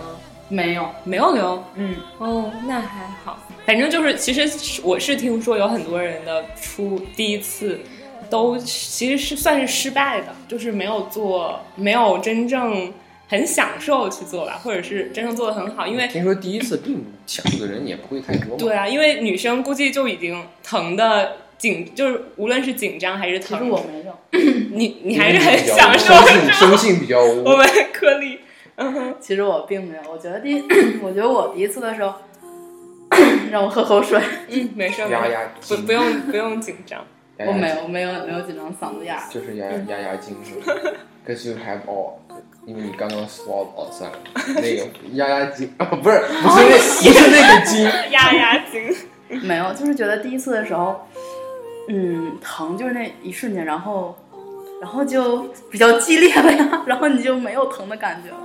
没有，
没有流。
嗯，
哦，那还好。反正就是，其实是我是听说有很多人的初第一次都其实是算是失败的，就是没有做，没有真正很享受去做吧，或者是真正做的很好，因为
听说第一次并享受的人也不会太多嘛。
对啊，因为女生估计就已经疼的紧，就是无论是紧张还是
其实
疼，
我没有。
你你
因
还
为
是
你
很
比较
享受
生
是
性
吧
生性比较
我
污。
们颗粒。
其实我并没有，我觉得第一，我觉得我第一次的时候， 让我喝口水。
嗯，没事，
压压
不
惊
不用不用紧张。
压
我
压
没
惊
有，没有，没有紧张嗓子哑。
就是压压压惊是吧？Cause you have all，因为你刚刚 swallow all 算了，那 个压压惊啊，不是不是
哦
那不是那个惊，
压压惊，
没有，就是觉得第一次的时候，嗯，疼就是那一瞬间，然后，然后就比较激烈了呀， 然后你就没有疼的感觉了。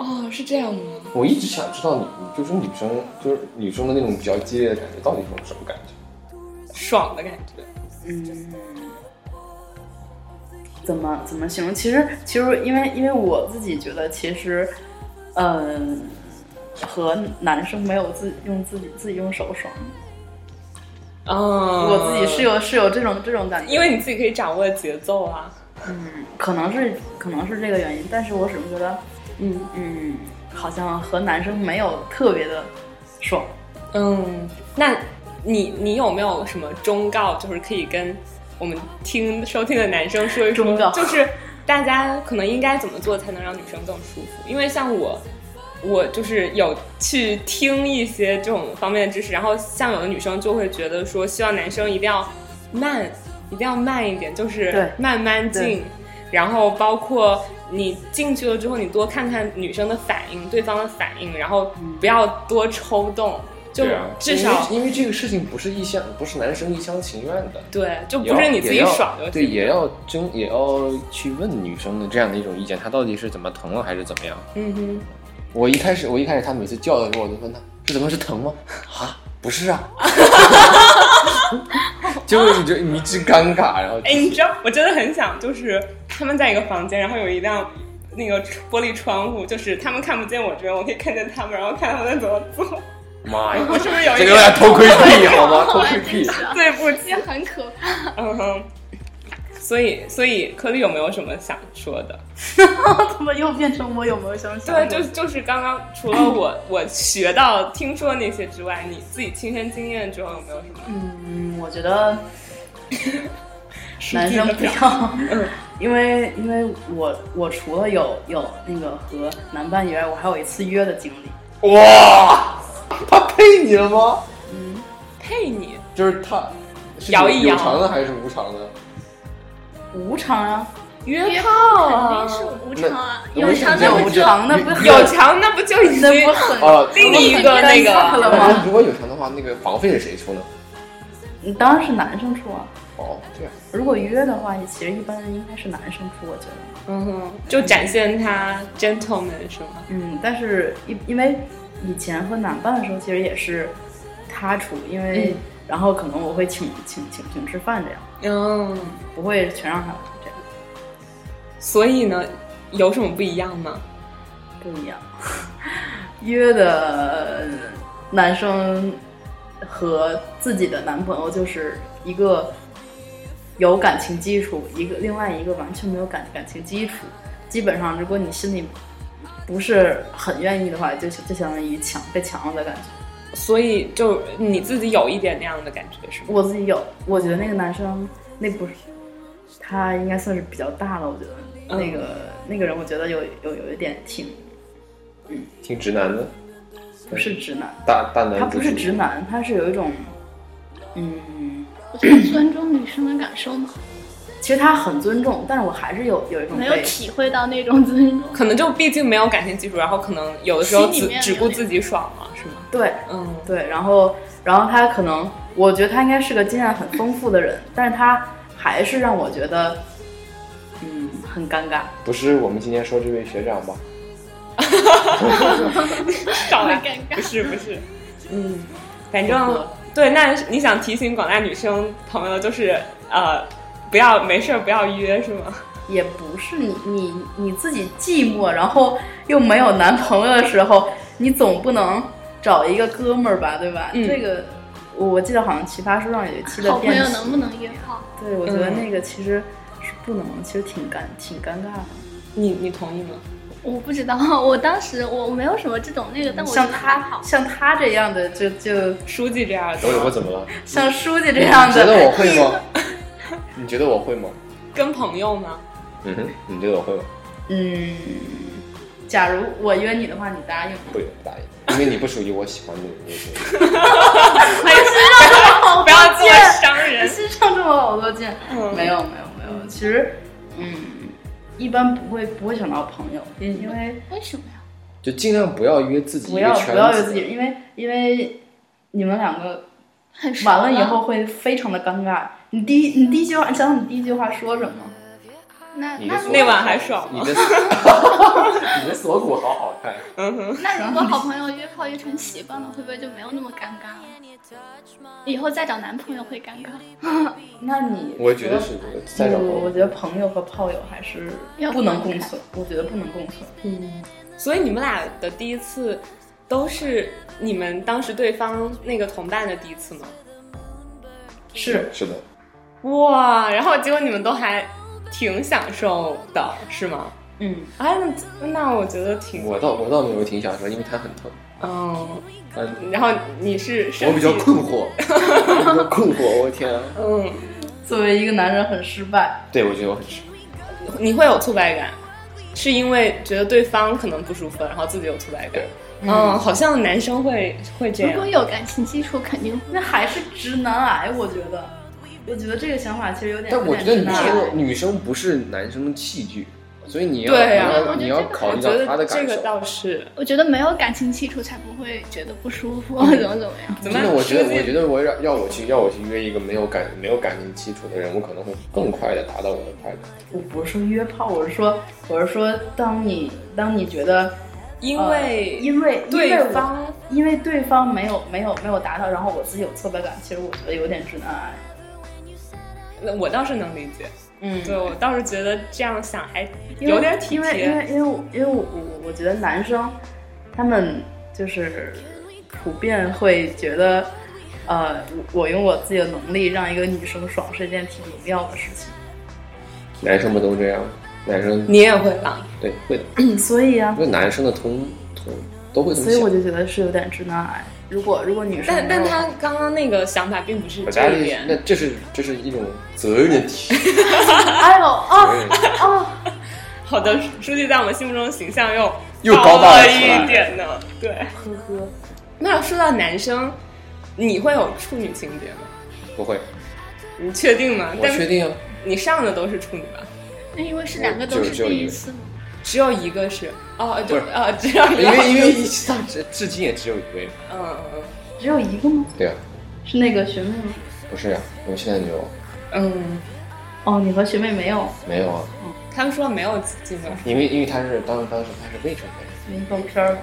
哦，是这样吗？
我一直想知道你，你就是女生，就是女生的那种比较激烈的感觉，到底是种什么感觉？
爽的感觉，
嗯，怎么怎么形容？其实其实因为因为我自己觉得，其实，嗯、和男生没有自用自己自己用手爽，
嗯，
我自己是有是有这种这种感觉，嗯
因为你自己可以掌握节奏啊。
可能是可能是这个原因，但是我始终觉得，嗯嗯，好像和男生没有特别的爽。
嗯，那你你有没有什么忠告，就是可以跟我们听收听的男生说一说
忠告，
就是大家可能应该怎么做才能让女生更舒服？因为像我，我就是有去听一些这种方面的知识，然后像有的女生就会觉得说，希望男生一定要慢，一定要慢一点，就是
对
慢慢进
对，
然后包括你进去了之后，你多看看女生的反应，对方的反应，然后不要多抽动，就
对啊，
至少
因为因为这个事情不是一厢，不是男生一厢情愿的。
对，就
也
不
要
是你自己
也要
爽就
对，
行。
也要征，也要去问女生的这样的一种意见，她到底是怎么疼了还是怎么样？
嗯哼，
我一开始，我一开始她每次叫的时候，我就问她是怎么是疼吗？ 啊，不是啊， 就是你就迷之尴尬，然后
哎，你知道，我真的很想，就是他们在一个房间，然后有一辆那个玻璃窗户，就是他们看不见我这边，我可以看见他们，然后看他们在怎么做。
妈呀，
我是不是有一
这个有点
点
偷窥癖好吗？偷窥癖。
对不 起？
也很可怕。
嗯哼。所以，所以颗粒有没有什么想说的？
他们又变成我有没有想想？
对，啊就就是刚刚除了我我学到、听说那些之外，你自己亲身经验之后有没有什么？
嗯，我觉得男生不要，
嗯
因为因为我我除了有有那个和男伴以外，我还有一次约的经历。
哇，他配你了吗？
配你
就是他，是
摇一摇
有偿的还是无偿的？
无偿啊，
约炮
肯定是无偿啊，有偿的
有
不
无偿的不
有偿， 那不就已
那
经
不很
啊，
另一个那个
很尴 尬了
那如果
吗？
如果有偿的话，那个房费是谁出呢？
你当然是男生出啊。
哦，这样。
如果约的话，其实一般应该是男生出，我觉得。
嗯哼，就展现他 gentleman 是吗？
嗯，但是因因为以前和男伴的时候，其实也是他出，因为、
嗯
然后可能我会请请请请吃饭这样，
嗯，
不会全让他出这样，
所以呢，有什么不一样吗？
不一样。约的男生和自己的男朋友就是一个有感情基础，一个另外一个完全没有感感情基础。基本上，如果你心里不是很愿意的话，就就相当于抢被抢了的感觉。
所以就你自己有一点那样的感觉是吗？
我自己有，我觉得那个男生那不是他应该算是比较大了，我觉得
嗯
那个、那个人，我觉得有有有一点挺
挺直男的，
不是直男，
大大男，
他不是直，男，他是有一种嗯，
我觉得尊重女生的感受嘛，
其实他很尊重，但是我还是有有一种
没有
被
体会到那种 尊重。
可能就毕竟没有感情基础，然后可能有的时候
心里
只
面
只
有
顾
点
自己爽了是吗？
对
嗯，
对，然后然后他可能，我觉得他应该是个经验很丰富的人，但是他还是让我觉得嗯很尴尬。
不是我们今天说这位学长吧？
少来
会尴尬
不是不是，嗯，反正对，那你想提醒广大女生朋友就是呃，不要没事儿不要约是吗？
也不是你你你自己寂寞，然后又没有男朋友的时候，你总不能找一个哥们儿吧，对吧？
嗯
这个我我记得好像奇葩说上有一期的
好朋
辩
友
题，
能不能约炮？
对我觉得
嗯
那个其实是不能，其实挺尴挺尴尬的。
你你同意吗？
我不知道，我当时我没有什么这种那个，嗯但我觉
像
得还好
他。像他这样的，就就
书记这样的
我我怎么了？
像书 记这样
你觉
的，
得我 会吗？你觉得我会吗？
跟朋友 吗？
嗯哼，你觉得我会吗？
嗯，假如我约你的话，你答应吗？
会，不答应。因为你不属于我喜欢的那些。
哦
不要这么伤 人。
身上这么老多剑，
嗯
没有没有没有，其实嗯，一般不会不会想到朋友，
嗯
因为
为什么呀？
就尽量不要约自己一
不
个
要
圈子，
不要有自己，因为因为你们两个
很熟
完了以
吗
后会非常的尴尬。你第一你第一句话，你想想你第一句话说什么？
那
你的
那
锁
如
骨
那晚还爽
你
吗
的 你的锁骨好好看，
那如果好朋友约炮约成习惯了，会不会就没有那么尴尬了？以后再找男朋友会尴尬，
那你
我觉得是在找朋
嗯我我
友。
觉得朋友和炮友还是
要
不能
分
共
开
存，我觉得不能共存。
嗯，所以你们俩的第一次都是你们当时对方那个同伴的第一次吗？
是
是的，
哇，然后结果你们都还挺享受的，是吗？
嗯，
哎，那那我觉得挺，
我倒我倒没有挺享受，因为它很疼。
嗯，
但
然后你是
我比较困惑，我比较困惑，我天啊！
嗯，
作为一个男人很失败，
对，我觉得我很失
你会有挫败感，是因为觉得对方可能不舒服，然后自己有挫败感
对。
嗯，好像男生会会这
如果
样。
有感情基础，肯定会。
那还是直男癌，我觉得。我觉得这个想法其实有点，
但我
有
觉
点直
得女
男癌
生女生不是男生的器具，所以你要
对啊
你要
我觉得
你要
这个
考
哦
我
虑
觉
到她
得
的
这
感
个
受。
倒是，
我觉得没有感情基础才不会觉得不舒服，怎么怎么样。
怎么
真的，我觉得，我觉
得
得我要要我去要我去约一个没有感没有感情基础的人，我可能会更快的达到我的快乐。
我不是说约炮，我是说，我是说，当你当你觉得，
因
呃
为
因为因为
对
我
方
因为对方没有没有没有达到，然后我自己有挫败感，其实我觉得有点直男癌。
那我倒是能理解，
嗯
对我倒是觉得这样想还
因为
有点体
因为因
贴。
为因为我因为我我我觉得男生他们就是普遍会觉得，呃，我我用我自己的能力让一个女生爽是一件挺荣耀的事情。
男生不都这样？男生
你也会吧？
嗯
对会的，
所以啊
因，为男生的同同都会这么
所以我
想。
就觉得是有点直男癌。如果如果女生
但
没有，
但他刚刚那个想法并不是
我
这
家
一
里那
点，
这是这是一种责任的体现。
哎呦啊
责任
啊！
好的，书记在我们心目中的形象又
又高大
了
了起来
一点呢。对，呵呵。那说到男生，你会有处女情节吗？
不会，
你确定吗？
我
但
确定啊。
你上的都是处女吧？
那因为是两个都是
就就
第一次嘛，
只有一个是哦，就
不是
哦，只有一个，
因为因为上至至今也只有一位。
嗯嗯
只有一个吗？
对啊，
是那个学妹吗？
不是呀、我现在没有
嗯，
哦，你和学妹没有
没有啊，
他们说没有进过。
因为因为他是当当时他是未成年，
明信片儿？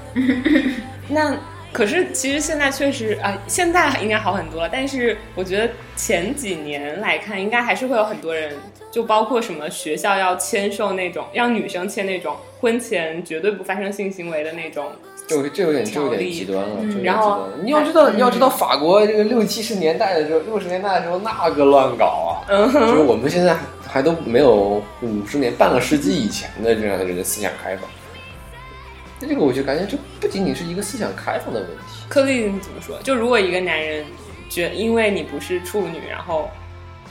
那可是其实现在确实啊、现在应该好很多了。但是我觉得前几年来看，应该还是会有很多人，就包括什么学校要签售那种让女生签那种婚前绝对不发生性行为的那种，
就这有点这有
条
点
例嗯
极端了。这有点
然后嗯
极端了你要知道你要知道法国这个六七十年代的时候，六十年代的时候那个乱搞啊，
嗯
就是
哼，
我们现在还都没有五十年半个世纪以前的这样的人的思想开放。这个我就感觉这不仅仅是一个思想开放的问题，
柯丽你怎么说？就如果一个男人觉因为你不是处女，然后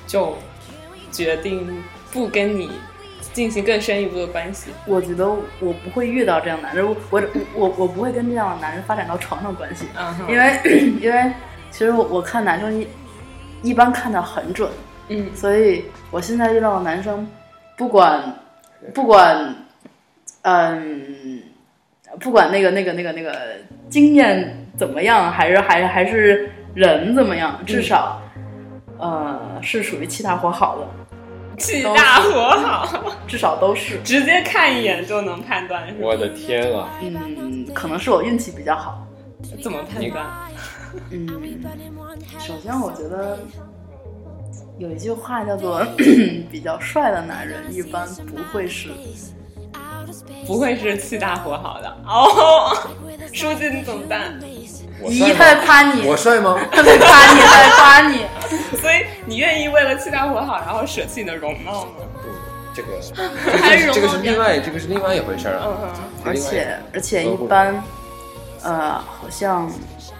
就决定不跟你进行更深一步的关系，
我觉得我不会遇到这样的男人，我我我我不会跟这样的男人发展到床上关系，
嗯
因
哼，
为因为其实我看男生一一般看的很准，
嗯
所以我现在遇到的男生，不管不管，嗯，不管那个那个那个那个经验怎么样，还是还是还是人怎么样，至少、呃是属于气大活好的，
气嗯大活好，
至少都是。
直接看一眼就能判断是吧？
我的天啊！
嗯，可能是我运气比较好。
怎么判断？
嗯，首先我觉得有一句话叫做 比较帅的男人一般不会是
不会是气大活好的哦，书记你怎么 办？
我
一
帅
在
吗？
夸你，
我帅 吗？
他在夸你，在夸你。
所以你愿意为了气大活好，然后舍弃你的容貌吗？
嗯这个
还是
这个是
容貌
另外这个是另外一回事儿啊。
嗯哼，
而且而且一般，呃，好像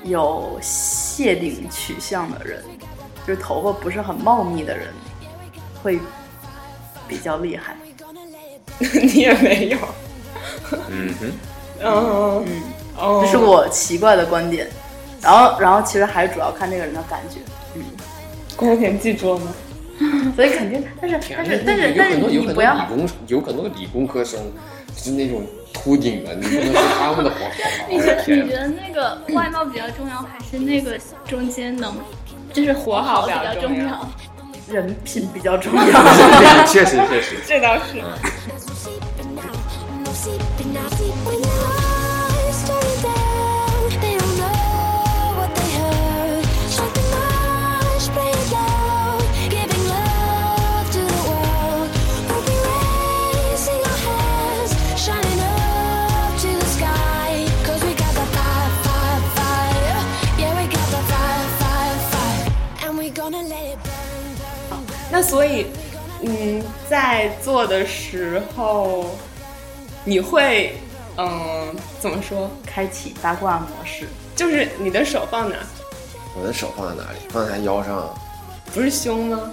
有谢顶取向的人，就是头发不是很茂密的人，会比较厉害。
你也没有。
嗯哼，
嗯，
嗯，
哦
这是我奇怪的观点。然后，然后其实还是主要看这个人的感觉，
瓜田记住了吗？
所以肯定，但是但是但是
有
但是
很多有
你
很
不
多
要
理工有很多理工科生是那种秃顶的，你不能说他们的活法。
你
我
觉得
的
你觉
天，
得那个外貌比较重要，还是那个中间能就是活
好
好
比
比
较
较
重
重
要
要？
人品比较重 要。
确实确实，
这倒是。
Shining up to the sky, cause we got the fire, fire, fire. Yeah, we got the fire, fire, fire. And we gonna let it burn, burn.
那所以，嗯，在做的时候，你会，嗯、怎么说？
开启八卦模式，
就是你的手放哪儿？
我的手放在哪里？放在腰上。
不是胸吗？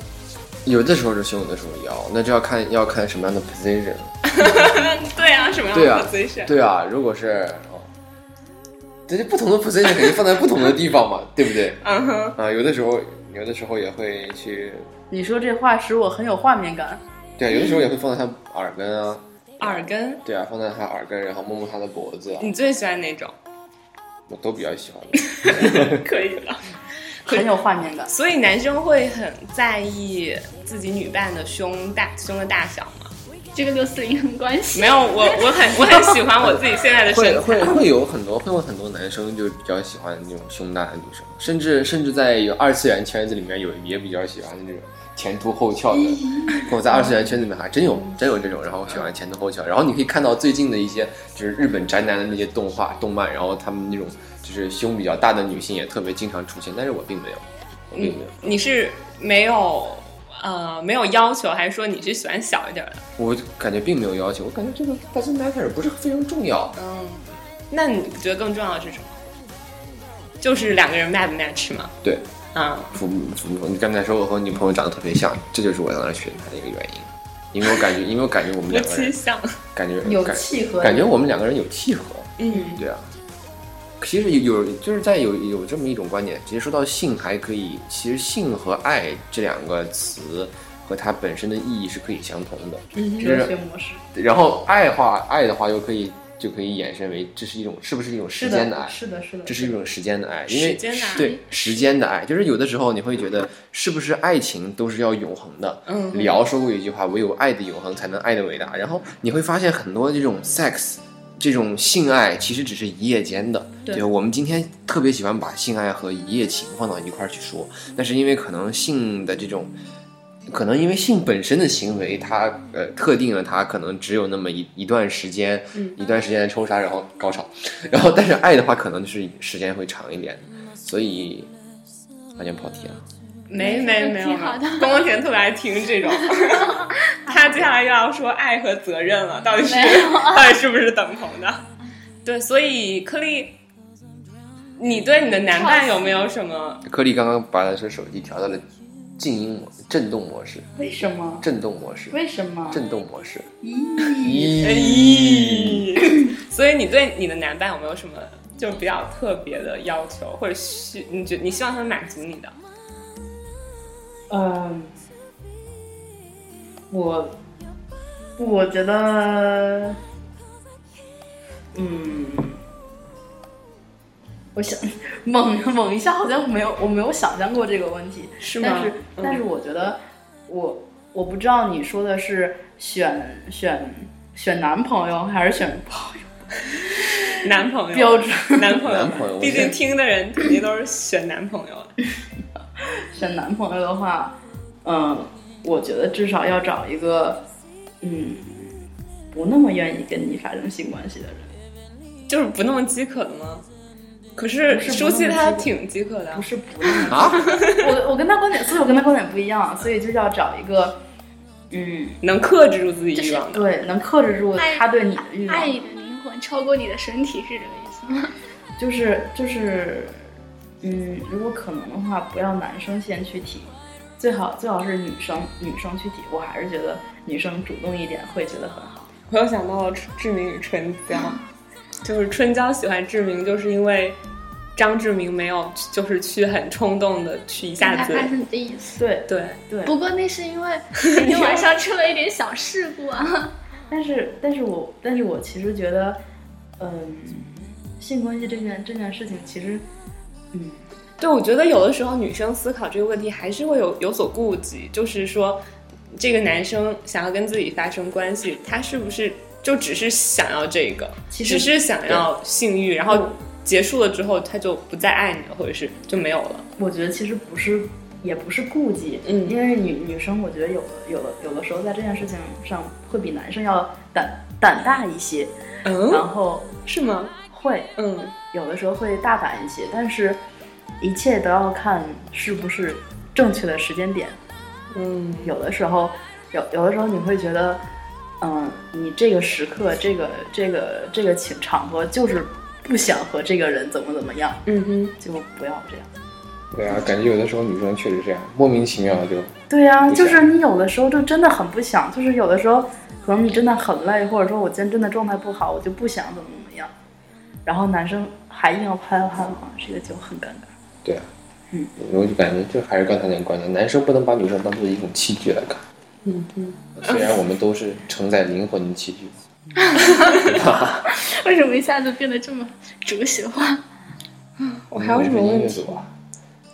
有的时候是胸，有的时候腰，那这要看要看什么样的 position。
对啊，什么样
对啊
的 position？、，
对啊，如果是哦，这就不同的 position 肯定放在不同的地方嘛，对不对？
嗯哼，
啊，有的时候有的时候也会去，
你说这话使我很有画面感。
对啊，有的时候也会放在他耳根啊，
耳根。
对啊，放在他耳根，然后摸摸他的脖子啊，
你最喜欢哪种？
我都比较喜欢的。
可以了。可以
很有画面感，
所以男生会很在意自己女伴的胸大胸的大小吗？
这跟六四零很关系。
没有，我我很 我很喜欢我自己现在的身
会
材。
会会有很多会有很多男生就比较喜欢那种胸大的女生，甚至甚至在有二次元圈子里面有也比较喜欢那种前凸后翘 的。我在二次元圈子里面还真有真有这种，然后喜欢前凸后翘。然后你可以看到最近的一些就是日本宅男的那些动画动漫，然后他们那种就是胸比较大的女性也特别经常出现，但是我并没有，我并
你
没有，
你是没有呃没有要求，还是说你是喜欢小一点的？
我就感觉并没有要求，我感觉这个大家 matter 不是非常重要。
嗯，那你觉得更重要的是什么？就是两个人 match 不 match 吗？
对，
啊、
不不，你刚才说我和女朋友长得特别像，这就是我当时选她的一个原因，因为我感觉，因为我感觉我们
夫
两个
妻
人
相，
感觉
有
感
契合，
感觉我们两个人有契合，
嗯，
对啊。其实有有就是在有有这么一种观点，其实说到性还可以，其实性和爱这两个词和它本身的意义是可以相同的。
嗯
哲学模式，
然后爱话爱的话又可以就可以衍生为这是一种是不是一种时
是
间
的，
爱？
是的，是的，
这是一种时间的爱，因为
时间的爱
对时间的爱，就是有的时候你会觉得是不是爱情都是要永恒的？
嗯
李敖说过一句话：“唯有爱的永恒，才能爱的伟大。”然后你会发现很多这种 sex。这种性爱其实只是一夜间的，
对
我们今天特别喜欢把性爱和一夜情放到一块儿去说，那是因为可能性的这种，可能因为性本身的行为，它呃特定了它可能只有那么一一段时间，
嗯
一段时间的抽杀，然后高潮， 然后但是爱的话，可能就是时间会长一点，所以完全跑题了。
没没没有
挺好的，
光田特别爱听这 种。他接下来又要说爱和责任了，到底是
没
到底是不是等同的？对，所以颗粒，你对你的男伴有没有什么？
颗粒刚刚把他的手机调到了静音模震动模式，
为什么？
震动模式，
为什么？
震动模式。
咦，
嗯
咦，
所以你对你的男伴有没有什么就比较特别的要求，或者需你觉你希望他们满足你的？
嗯，我我觉得，嗯，我想猛猛一下，好像没有，我没有想象过这个问题。
是
但是，
嗯
但是我觉得我我不知道你说的是选选选男朋友还是选朋友
男朋友
标准，
男朋友，
男朋友
毕
我
竟
是
听的人肯定都是选男朋友 的。
选男朋友的话，嗯，我觉得至少要找一个，嗯，不那么愿意跟你发生性关系的人。
就是不那么饥渴的吗？可是
不是不
舒淇
那么
她
饥渴
挺饥渴的
不，是 不啊，我我跟他观点，所以我跟他观点不一样，所以就是要找一个，嗯，
能克制住自己
就
欲
是
望的。
对，能克制住
爱
他对你的欲望
爱，你的灵魂超过你的身体，是这个意思吗？
就是就是，嗯，如果可能的话，不要男生先去提，最好最好是女生女生去提，我还是觉得女生主动一点会觉得很好。
我又想到了志明与春娇， 就是春娇喜欢志明，就是因为张志明没有，就是去很冲动的去一
大
下
概
子，
是你的意思。
对
对，
对，
不过那是因为那天晚上出了一点小事故啊。
但是，但是我，但是我其实觉得，嗯、性关系这件这件事情，其实
对，我觉得有的时候女生思考这个问题还是会有有所顾忌，就是说，这个男生想要跟自己发生关系，他是不是就只是想要这个，
其实嗯
只是想要性欲，然后结束了之后他就不再爱你了，或者是就没有了。
我觉得其实不是，也不是顾忌，
嗯
因为女女生，我觉得有的有的有的时候在这件事情上会比男生要胆胆大一些，然
嗯，
后
是吗？
会
嗯，
有的时候会大胆一些，但是一切都要看是不是正确的时间点。
嗯，
有的时候，有有的时候你会觉得，嗯，你这个时刻，这个这个这个情场合，就是不想和这个人怎么怎么样，
嗯哼，
就不要这样。
对啊，感觉有的时候女生确实这样，莫名其妙的就
对呀、
不想
就是你有的时候就真的很不想，就是有的时候可能你真的很累，或者说我今天真的状态不好，我就不想怎么怎么样，然后男生还硬要拍拍我，这个就很尴尬。
对啊，
嗯，
我就感觉这还是刚才那个观点，男生不能把女生当做一种器具来看。
嗯哼，
虽然我们都是承载灵魂的器具，
为什么一下子变得这么哲学化？
我还嗯有什么问题
我们是音乐组啊？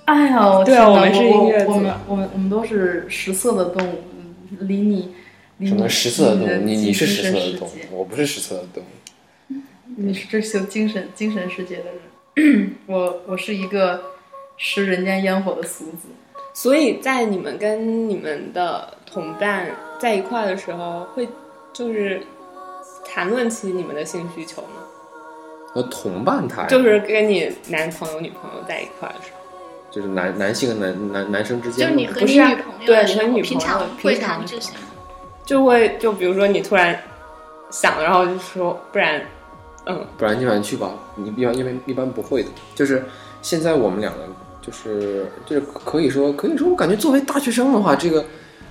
哎呀，我
对啊
天哪
我们是音乐
我
组
们我们我们都是食色的动物，嗯离你离
什
你
么食色的动物？你
的
你
精
是食色
神
的
世
动物
界，
我不是食色的动物。
你是追求精神精神世界的人，我我是一个食人间烟火的俗子。
所以在你们跟你们的同伴在一块的时候，会就是谈论起你们的性需求吗？
和同伴他呀
就是跟你男朋友、女朋友在一块的时候，
就是男男性和男男男生之
就
间
是
吗，
你和
不
你
是啊
女朋友
对
的
你
时
和
候，
女
平
朋友
常会
平常
谈这些吗？
就会就比如说你突然想了，然后就说不然，嗯
不然今晚去吧。你一般一般一般不会的，就是现在我们两个就是就是可以说可以说，我感觉作为大学生的话，这个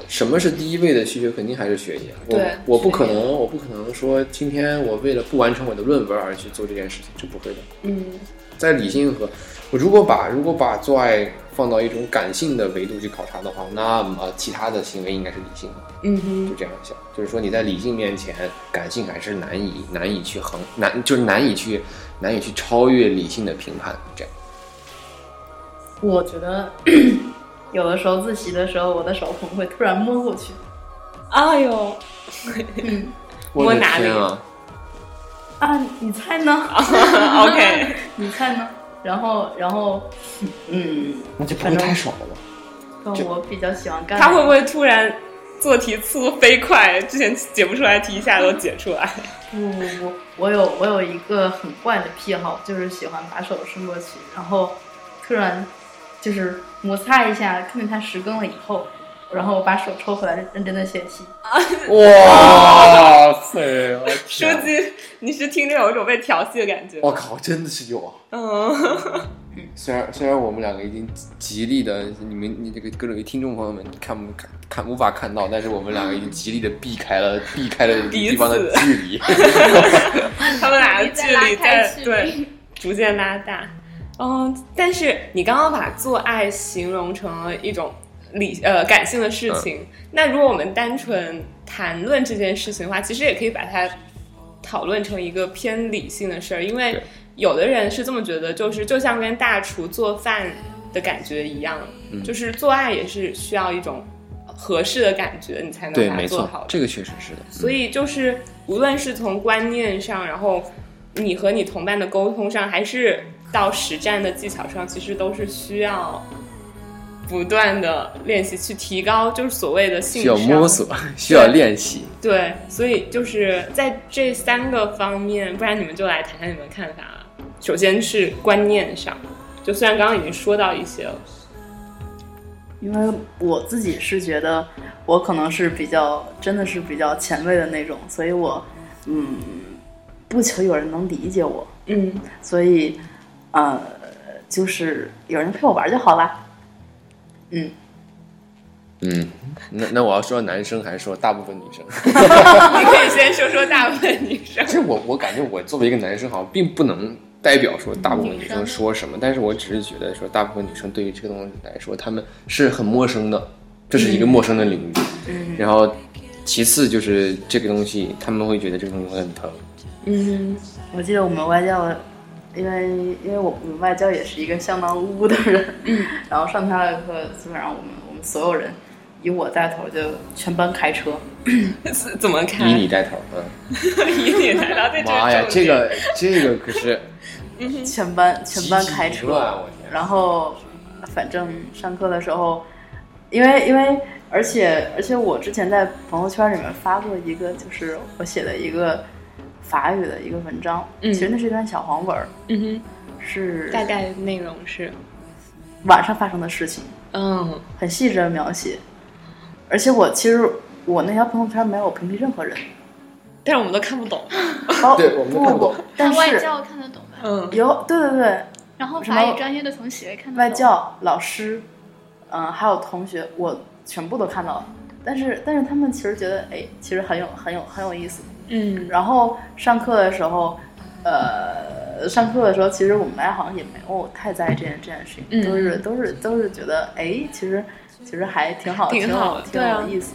什么是第一位的需求，肯定还是学业。我
对
我不
学
可
业
能我不可能说今天我为了不完成我的论文而去做这件事情，这不会的。
嗯
在理性和我如果把如果把做爱放到一种感性的维度去考察的话，那么其他的行为应该是理性的。
嗯
就
哼，
这样想，就是说你在理性面前，感性还是难以难以去衡难，就是难以去难以去超越理性的评判。这样，
我觉得 有的时候自习的时候，我的手捧会突然摸过去
哎呦，摸
我的
哪里
天啊！
啊，你猜呢？
OK，
你猜呢？然后，然后，嗯，
那就不
反
会
正
太爽了吧？
但我比较喜欢干。
他会不会突然做题速度飞快，之前解不出来题一下都解出来？
不不不，我有我有一个很怪的癖好，就是喜欢把手伸过去，然后突然就是摩擦一下，看见它实更了以后，然后我把手抽回来，认真的学习。
哇塞！我
书
天啊
记，你是听着有一种被调戏的感觉吗？
我靠，真的是有啊！
嗯，
虽然虽然我们两个已经极力的，你们你这个各位听众朋友们看不看看无法看到，但是我们两个已经极力的避 开了避开了
彼
地方的
此
距离。
他们俩的距离
在拉开
在
距离
对逐渐拉大。嗯，但是你刚刚把做爱形容成了一种理呃感性的
嗯
事情，那如果我们单纯谈论这件事情的话，其实也可以把它讨论成一个偏理性的事儿，因为
对
有的人是这么觉得，就是就像跟大厨做饭的感觉一样，
嗯
就是做爱也是需要一种合适的感觉，你才 能
对，
把它
没
做
错
好，的。
这个确实是的。
所以就是无论是从观念上，然后你和你同伴的沟通上，还是到实战的技巧上，其实都是需要不断的练习去提高，就是所谓的性
需要
商
摸索，需要练习。
对，所以就是在这三个方面，不然你们就来谈谈你们的看法了。首先是观念上，就虽然刚刚已经说到一些了，
因为我自己是觉得，我可能是比较真的是比较前卫的那种，所以我嗯不求有人能理解我，
嗯
所以呃就是有人陪我玩就好啦。嗯，
嗯，那那我要说男生还是说大部分女生？
你可以先说说大部分女生
其。实我我感觉我作为一个男生，好像并不能代表说大部分女生说什么，但是我只是觉得说大部分女生对于这个东西来说，她们是很陌生的，这是一个陌生的领域。然后，其次就是这个东西，他们会觉得这个东西会很疼。
嗯，
我记得我们外教，因为因为我们外教也是一个相当污的人，然后上他的课，基本上我们我们所有人以我带头就全班开车，
怎怎么看？
以你带头，嗯，
以你来到这
妈呀，
这
这个这个可是
全班全班开
急极了
车
我，天
然后反正上课的时候，因为因为而且而且我之前在朋友圈里面发过一个，就是我写的一个法语的一个文章，
嗯
其实那是一段小黄文儿，
嗯
是
哼，大概内容是，
晚上发生的事情，
嗯
很细致的描写，而且我其实我那条朋友圈没有屏蔽任何 人，
但是我们都看不懂。
包
对我们都
不
看不
不
懂，
但
外
是
教看得懂吧？
嗯，
有对对对，
然后
什么
法语专业的同学看得懂。
外教老师，嗯、还有同学，我全部都看到了。但是，但是他们其实觉得，哎，其实很有很有很有意思。
嗯，
然后上课的时候，呃，上课的时候，其实我们大家好像也没有太在意这件这件事情，
嗯
都是都是都是觉得，哎，其实其实还挺好，
挺
挺
好
有
的
挺
对啊
有意思。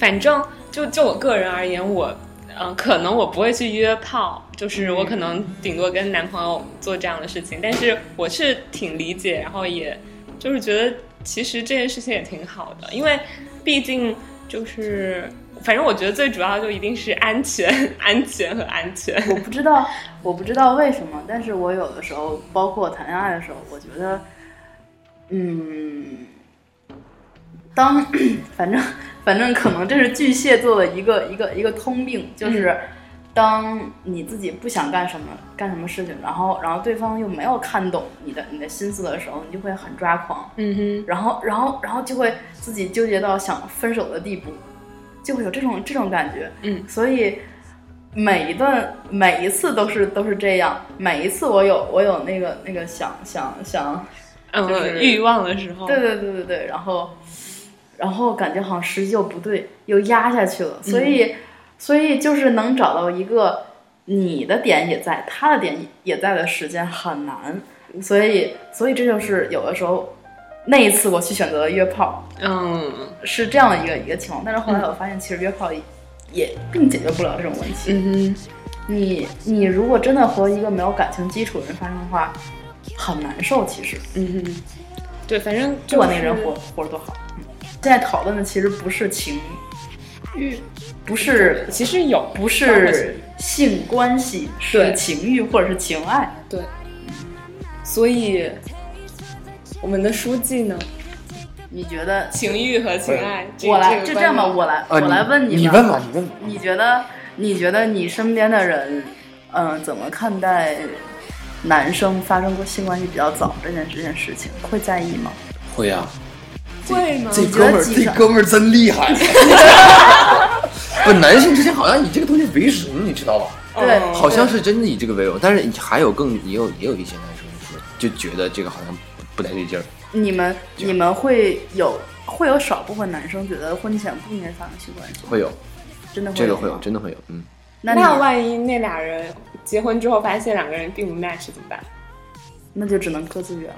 反正就就我个人而言，我嗯、呃可能我不会去约炮，就是我可能顶多跟男朋友做这样的事情，但是我是挺理解，然后也就是觉得其实这件事情也挺好的，因为毕竟就是。反正我觉得最主要就一定是安全、 安全和安全。
我不知道，我不知道为什么，但是我有的时候，包括谈恋爱的时候，我觉得，嗯，当反正反正可能这是巨蟹座的一个一个一个通病，就是当你自己不想干什么干什么事情，然后然后对方又没有看懂你的你的心思的时候，你就会很抓狂，
嗯
然后然后然后就会自己纠结到想分手的地步，就会有这种这种感觉。
嗯，
所以每一段每一次都是都是这样，每一次我有我有那个那个想想想，
哼，嗯，
就是
欲望的时候，
对对对对对，然后然后感觉好像时机又不对，又压下去了，所以、所以就是能找到一个你的点也在，他的点也在的时间很难，所以所以这就是有的时候。那一次我去选择了约炮，
嗯
是这样的一个一个情况，但是后来我发现，其实约炮也也并解决不了这种问题。
嗯哼，
你你如果真的和一个没有感情基础的人发生的话，很难受。其实
嗯哼，对，反正
不
就
管那个人
是
活活得多好，嗯现在讨论的其实不是情欲，不是
其实有
不是性关系，是情欲或者是情爱。
对，所以我们的书记呢，
你觉得？
情欲和情爱，
我来
个
就这样吧，
观点
我来我来问
啊呃你
吧。
问吧，你问吧。
你觉得？你觉得你身边的人，嗯、怎么看待男生发生过性关系比较早这件这件事情？会在意吗？
会啊呀、
会吗？
这哥们儿，
你觉得几
这
个
哥们儿真 厉害。不，男性之间好像以这个东西为荣，你知道吧？
对
哦
好像是真的以这个为荣，但是还有更也有也有一些男生说，就觉得这个好像不不太对劲儿。
你们你们会有会有少部分男生觉得婚前不应该发生性关系，
会有
真的会
这个
吗
会有，真的会有，嗯，
那你
那万一那俩人结婚之后发现两个人并不 match 怎么办？
那就只能各自约了。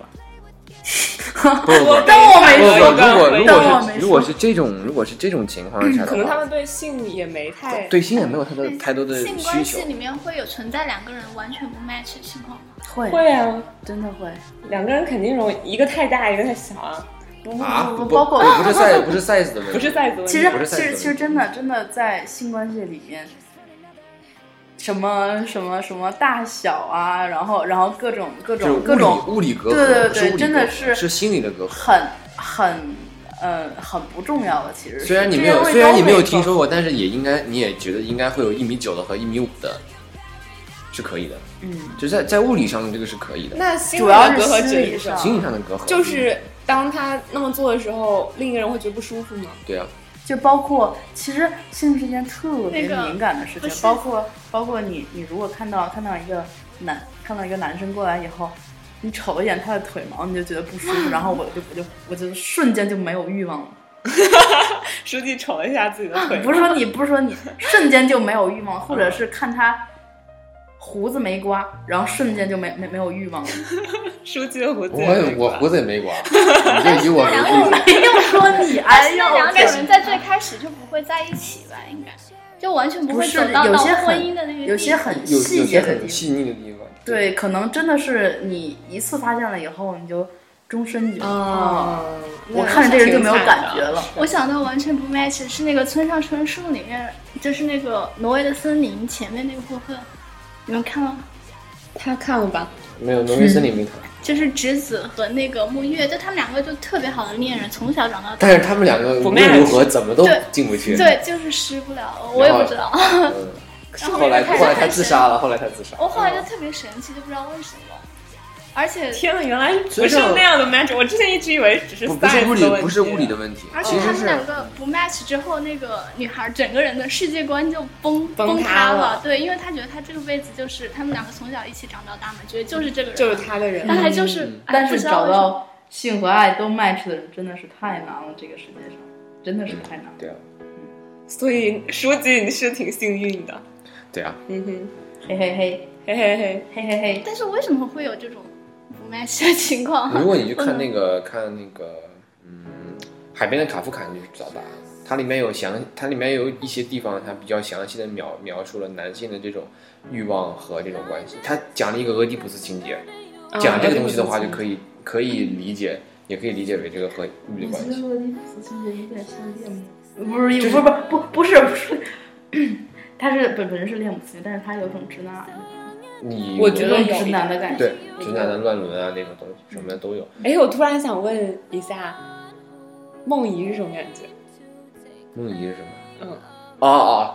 不不不。
当
哎
我没说
不不，如
过
果如
当我
果
没说
是如果是这种如果是这种情况下的话，
可能他们对性也没太
对性也没有太多太多的
性
需
关
求
系，里面会有存在两个人完全不 match 的情况吗？
会
会啊，
真的会，
两个人肯定容易一个太大，一个太小啊，
不不
啊，
不
不
不，嗯包括
不是 size 不是 size 的问题，
不是在责
其实
不是在
其实
乎
其实真
嗯
的真的在性关系里面，什么什么什么大小啊，然后然后各种各
就是
种各种
物理隔阂，
对对对
是物理
真的
隔阂
是
是心理的隔阂。
很很呃很不重要的，其实是
虽然你
这
没
些
有，
会
虽然
都
你没有
会
听
有
说过，但是也应该，你也觉得应该会有一米九的和一米五的，是可以的。
嗯，
就在在物理上这个是可以的，
那心理
主要
的
是
隔阂
心
觉
理
得什么
上
心理上的隔阂嗯
就是当他那么做的时候，另一个人会觉得不舒服吗？
对啊，
就包括其实性是一件特别
那个
敏感的事情，
不是
包括包括你你如果看到看到一个男看到一个男生过来以后， 你瞅一眼他的腿毛，你就觉得不舒服，然后我就我就我就瞬间就没有欲望了。
书记瞅了一下自己的腿，
不是说你，不是说你，瞬间就没有欲望，或者是看他胡子没刮，然后瞬间就没没没有欲望了。
书记的胡子也
我也
没刮，
我胡子也没刮，你就以我为
然后
例子。
没有说你，哎呦
那两种
我
人在最开始就不会在一起吧？应该就完全
不
会
是
走到
有
到
些很
婚姻的那个地步
有些很
有有
细节
些
的地
很
方，
细腻的地方，
对，可能真的是你一次发现了以后，你就终身觉得哦，
哦，
我看着这人就没有感觉了。
我想到完全不 match 是那个村上春树里面，就是那个挪威的森林前面那个部分，你们看了吗？
他看了吧？
没有挪威森林没看，
就是直子和那个木月，就他们两个就特别好的恋人，从小长到大。
但是他们两个
不
无
match
论如何怎么都
对
进不去。
对，就是失不了，我也不知道。
嗯，
然后
后来
我就开始哦
后来他
看
自
神
杀了，后来他自杀。
我后来就特别神奇，就不知道为什么，而且
天呐，原来不
村
是
上
那样的 match，我之前一直以为只是
不不是
size
物
的
理
问
不是
题
物理的问题，
而且
其
啊他
实
们
是
两个不 match 之后，那个女孩整个人的世界观就崩
崩
崩
塌
塌
了
对，因为她觉得她这个辈子就是他们两个从小一起长到大嘛，觉得就是这个人，啊
就是，他的人，
但她就是，哎
但
不
是
知道
找
为什么
到性和爱都 match 的人真的是太难了，这个世界上真的是太难了。
对啊
所以书记你是挺幸运的，
对啊，
嗯哼，
嘿嘿嘿，
嘿嘿嘿，
嘿嘿嘿，
但是为什么会有这种不 match 的 情况？
如果你去看那个看那个嗯海边的卡夫卡，你就知道答案。它里面有详，它里面有一些地方，它比较详细的描描述了男性的这种欲望和这种关系。它讲了一个俄狄浦斯情节，
啊
讲这个东西的话，就可以可以理解，也可以理解为这个和物理关系。
俄狄浦斯情节有点像恋母，不是不是不不是不是， 他是本本身是恋母情，但是他有一种直男癌，
你
我觉得有
有种直男的感觉。
对直男的乱伦啊那种东西什么的都有。
哎，我突然想问一下，梦遗是什么感觉？
梦遗是什么？
嗯，
哦哦，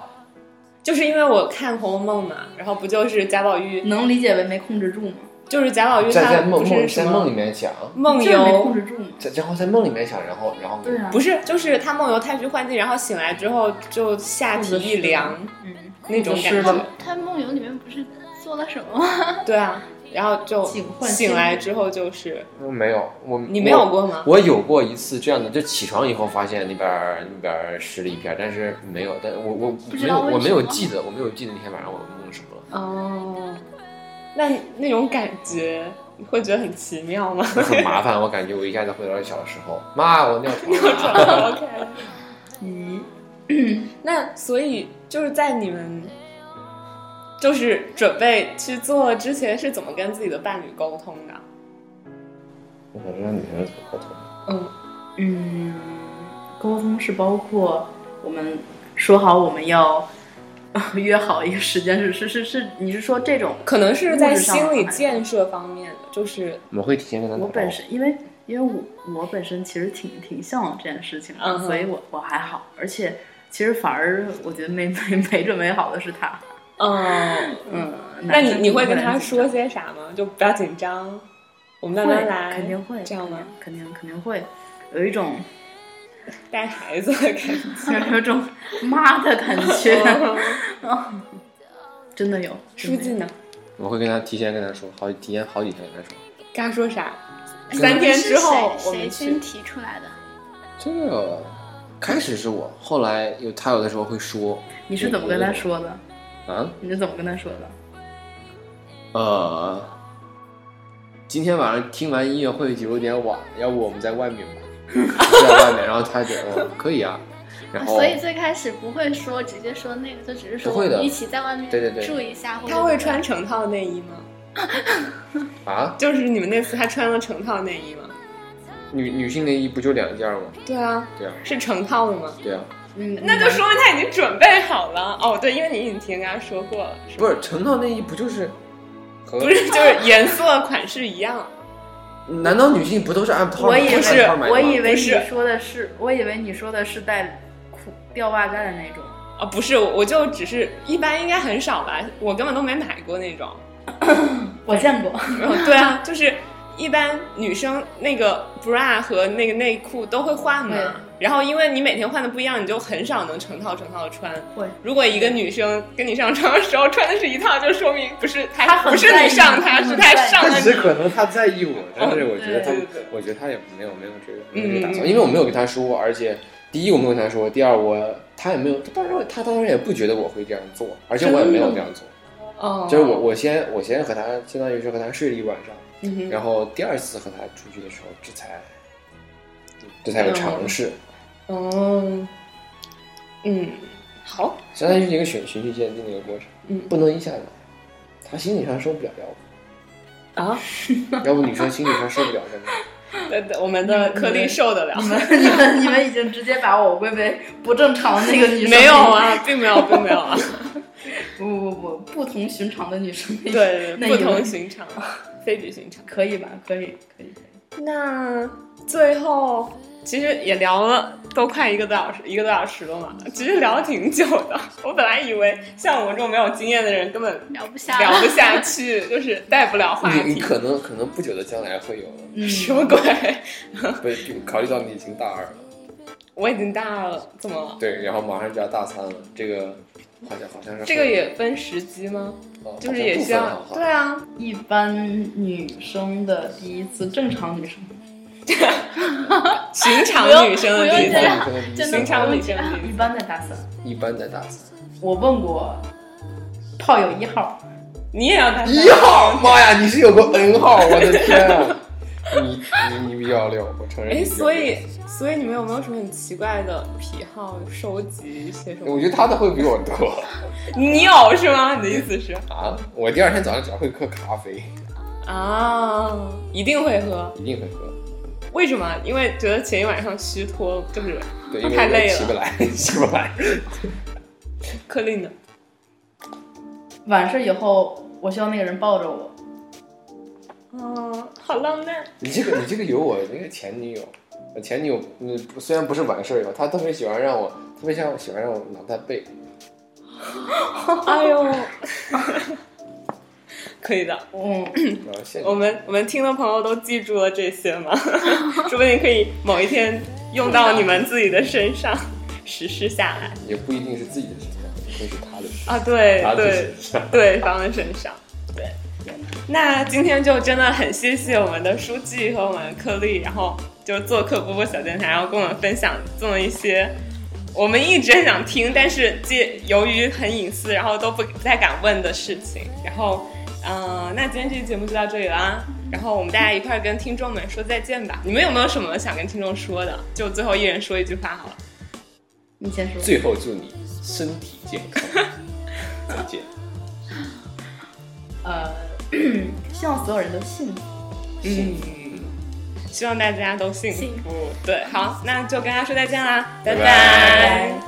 就是因为我看《红楼梦》嘛，然后不就是贾宝玉，
能理解为没控制住吗？
就是贾宝玉
在
他
在梦
不
梦
是
在
什
梦里
么
面想，
梦
就是没控
游，
制住吗？
在然后在梦里面想，然后然后
对啊，
不是就是他梦游太虚幻境，然后醒来之后就下体一凉
嗯，
那种
是
感
的
觉，
她梦游里面不是做了什么吗？
对啊，然后就
警幻境
醒来之后就是
我没有，我
你没有
我
过吗？
我有过一次这样的，就起床以后发现那边儿那边儿湿了一片儿，但是没有，但我我没
知
有
道为
我没有
什么
记得，我没有记得那天晚上我梦什么了。
哦，那那种感觉你会觉得很奇妙吗？
很麻烦，我感觉我一下子回到了小时候。妈，我尿床
我转
了。
了 OK。
嗯，
那所以就是在你们就是准备去做之前，是怎么跟自己的伴侣沟通的？
我想知道女生怎么沟通。
嗯，
嗯，沟通是包括我们说好我们要 呃约好一个时间，是是是是，你是说这种？
可能是在心理建设方面的，就是
我会提前跟他
我本身因为因为我我本身其实挺挺向往这件事情的，
嗯哼
所以我我还好，而且其实反而我觉得没没没准备好的是他，
嗯，
嗯，
那
男
你
生
你会跟他
男生
说些啥吗？就不要紧张，我们慢慢来，
会肯定会
这样吗？？
肯定肯定会有一种
带孩子的感
有 一种妈的感觉，
觉。
真的有。
哦书记呢？
我会跟他提前跟他说，好提前好几天跟他说。
跟他说啥？三天之后
是
我
谁谁
们
先
去。
提出来的？
这个开始是我，后来有他有的时候会说。
你是怎么跟他说的？
啊？
你是怎么跟他说的？
呃，今天晚上听完音乐会有点晚，要不我们在外面吧？在外面，然后他觉得、哦、可以啊，然后
所以最开始不会说直接说那个，就只是说
不会的
我们一起在外面
对对对
住一下，或者
他会穿成套内衣吗？
啊，
就是你们那次他穿了成套内衣吗？
女女性内衣不就两件吗？
对啊，
对啊，
是成套的吗？
对啊，
嗯，
那就说明他已经准备好了。哦，对，因为你已经提前跟他说过了，是吧
不是成套内衣不就是和
不是 就是颜色款式一样？
难道女性不都是按套
我以
买
为
的按套买的吗
我以为
不是
你说的是，我以为你说的是带裤吊袜带的那种。
啊、不是，我我就只是一般应该很少吧，我根本都没买过那种。
我见过，
然后 对啊，就是一般女生那个 bra 和那个内裤都会换嘛
对，
然后因为你每天换的不一样，你就很少能成套成套的穿。
会
如果一个女生跟你上床的时候穿的是一套，就说明不是
她
她
很
不是
在
你
意
上
她
她，
很
是她
在意
上
但
了
只
你
是。可能他在意我，但是我觉得他
对对对，
我觉得他也没有没有这个没有
嗯
这个打算，因为我没有跟他说过，而且第一我没有跟他说，第二我他也没有，他当时他当时也不觉得我会这样做，而且我也没有这样做，
哦
就是我我先我先和他相当于是和他睡了一晚上，
嗯哼
然后第二次和他出去的时候，这才这才有
嗯
尝试，
哦，嗯，好，
相当于是一个循循序渐进的一个过程，
嗯
不能一下子，他心理上受不了，要
啊，
不要不女生心理上受不了 真的。
对对我们的颗粒受得了。
你们 你们你们已经直接把我归为不正常那个女生，
没有，啊，并没有，并没有啊。
不不不，不同寻常的女生，那
对，
那
不
一类
同寻常，非比寻常。
可以吧？可以可以，
那最后其实也聊了都快一个多小时，一个多小时了嘛，其实聊了挺久的。 我本来以为像我们这种没有经验的人根本
聊不下，
聊不下去，就是带不了话
你你
题。
可能可能不久的将来会有，
嗯，
什么鬼？
不考虑到你已经大二了，
我已经大了，怎么了？
对，然后马上就要大三了，这个好像好像是
这个也分时机吗？
哦
就是也需要
好像部分
对
啊
啊，
一般女生的第一次，正常女生，
寻常
不用
女生的
不用
例
这
子，
样
好像是
真的
寻常女啊生的例
一
子。
般在大三。
一般在大三
我问过炮友一号，
你也要大三
一号，妈呀，你是有个 N 号，我的天啊！ 你你你比较溜，我承认。
哎，所以所以你们有没有什么很奇怪的癖好？收集一些什
我
么？
觉得他的会比我多
你有是吗？你的意思是
啊！我第二天早上只要会喝咖啡，
啊，一定会喝？
一定会喝。
为什么？因为觉得前一晚上虚脱，就是
对，因为
太累了
我起不来，起不来。
克林的。
完事以后，我希望那个人抱着我。
嗯，好浪漫。
你这个你这个有我那个前女友，我前女友嗯虽然不是完事儿以后，她特别喜欢让我，特别像喜欢让我挠她背，
哎呦， 可以的。
嗯，
然后现
我们我们听的朋友都记住了这些吗？ 说不定可以某一天用到你们自己的身上，实施下来
也不一定是自己的身上，也会是她的身上，
啊！对
她的
对
身。上。
对方的身上。对，那今天就真的很谢谢我们的书记和我们颗粒，然后就做客波波小电台，然后跟我们分享这么一些我们一直很想听，但是介由于很隐私，然后都不不太敢问的事情。然后，嗯、那今天这期节目就到这里啦。然后我们大家一块儿跟听众们说再见吧。你们有没有什么想跟听众说的？就最后一人说一句话好了。
你先说。
最后祝你身体健 康，再见。
呃， 希望所有人都信你。
嗯，希望大家都幸福。对，好，那就跟大家说再见啦，拜
拜
拜
拜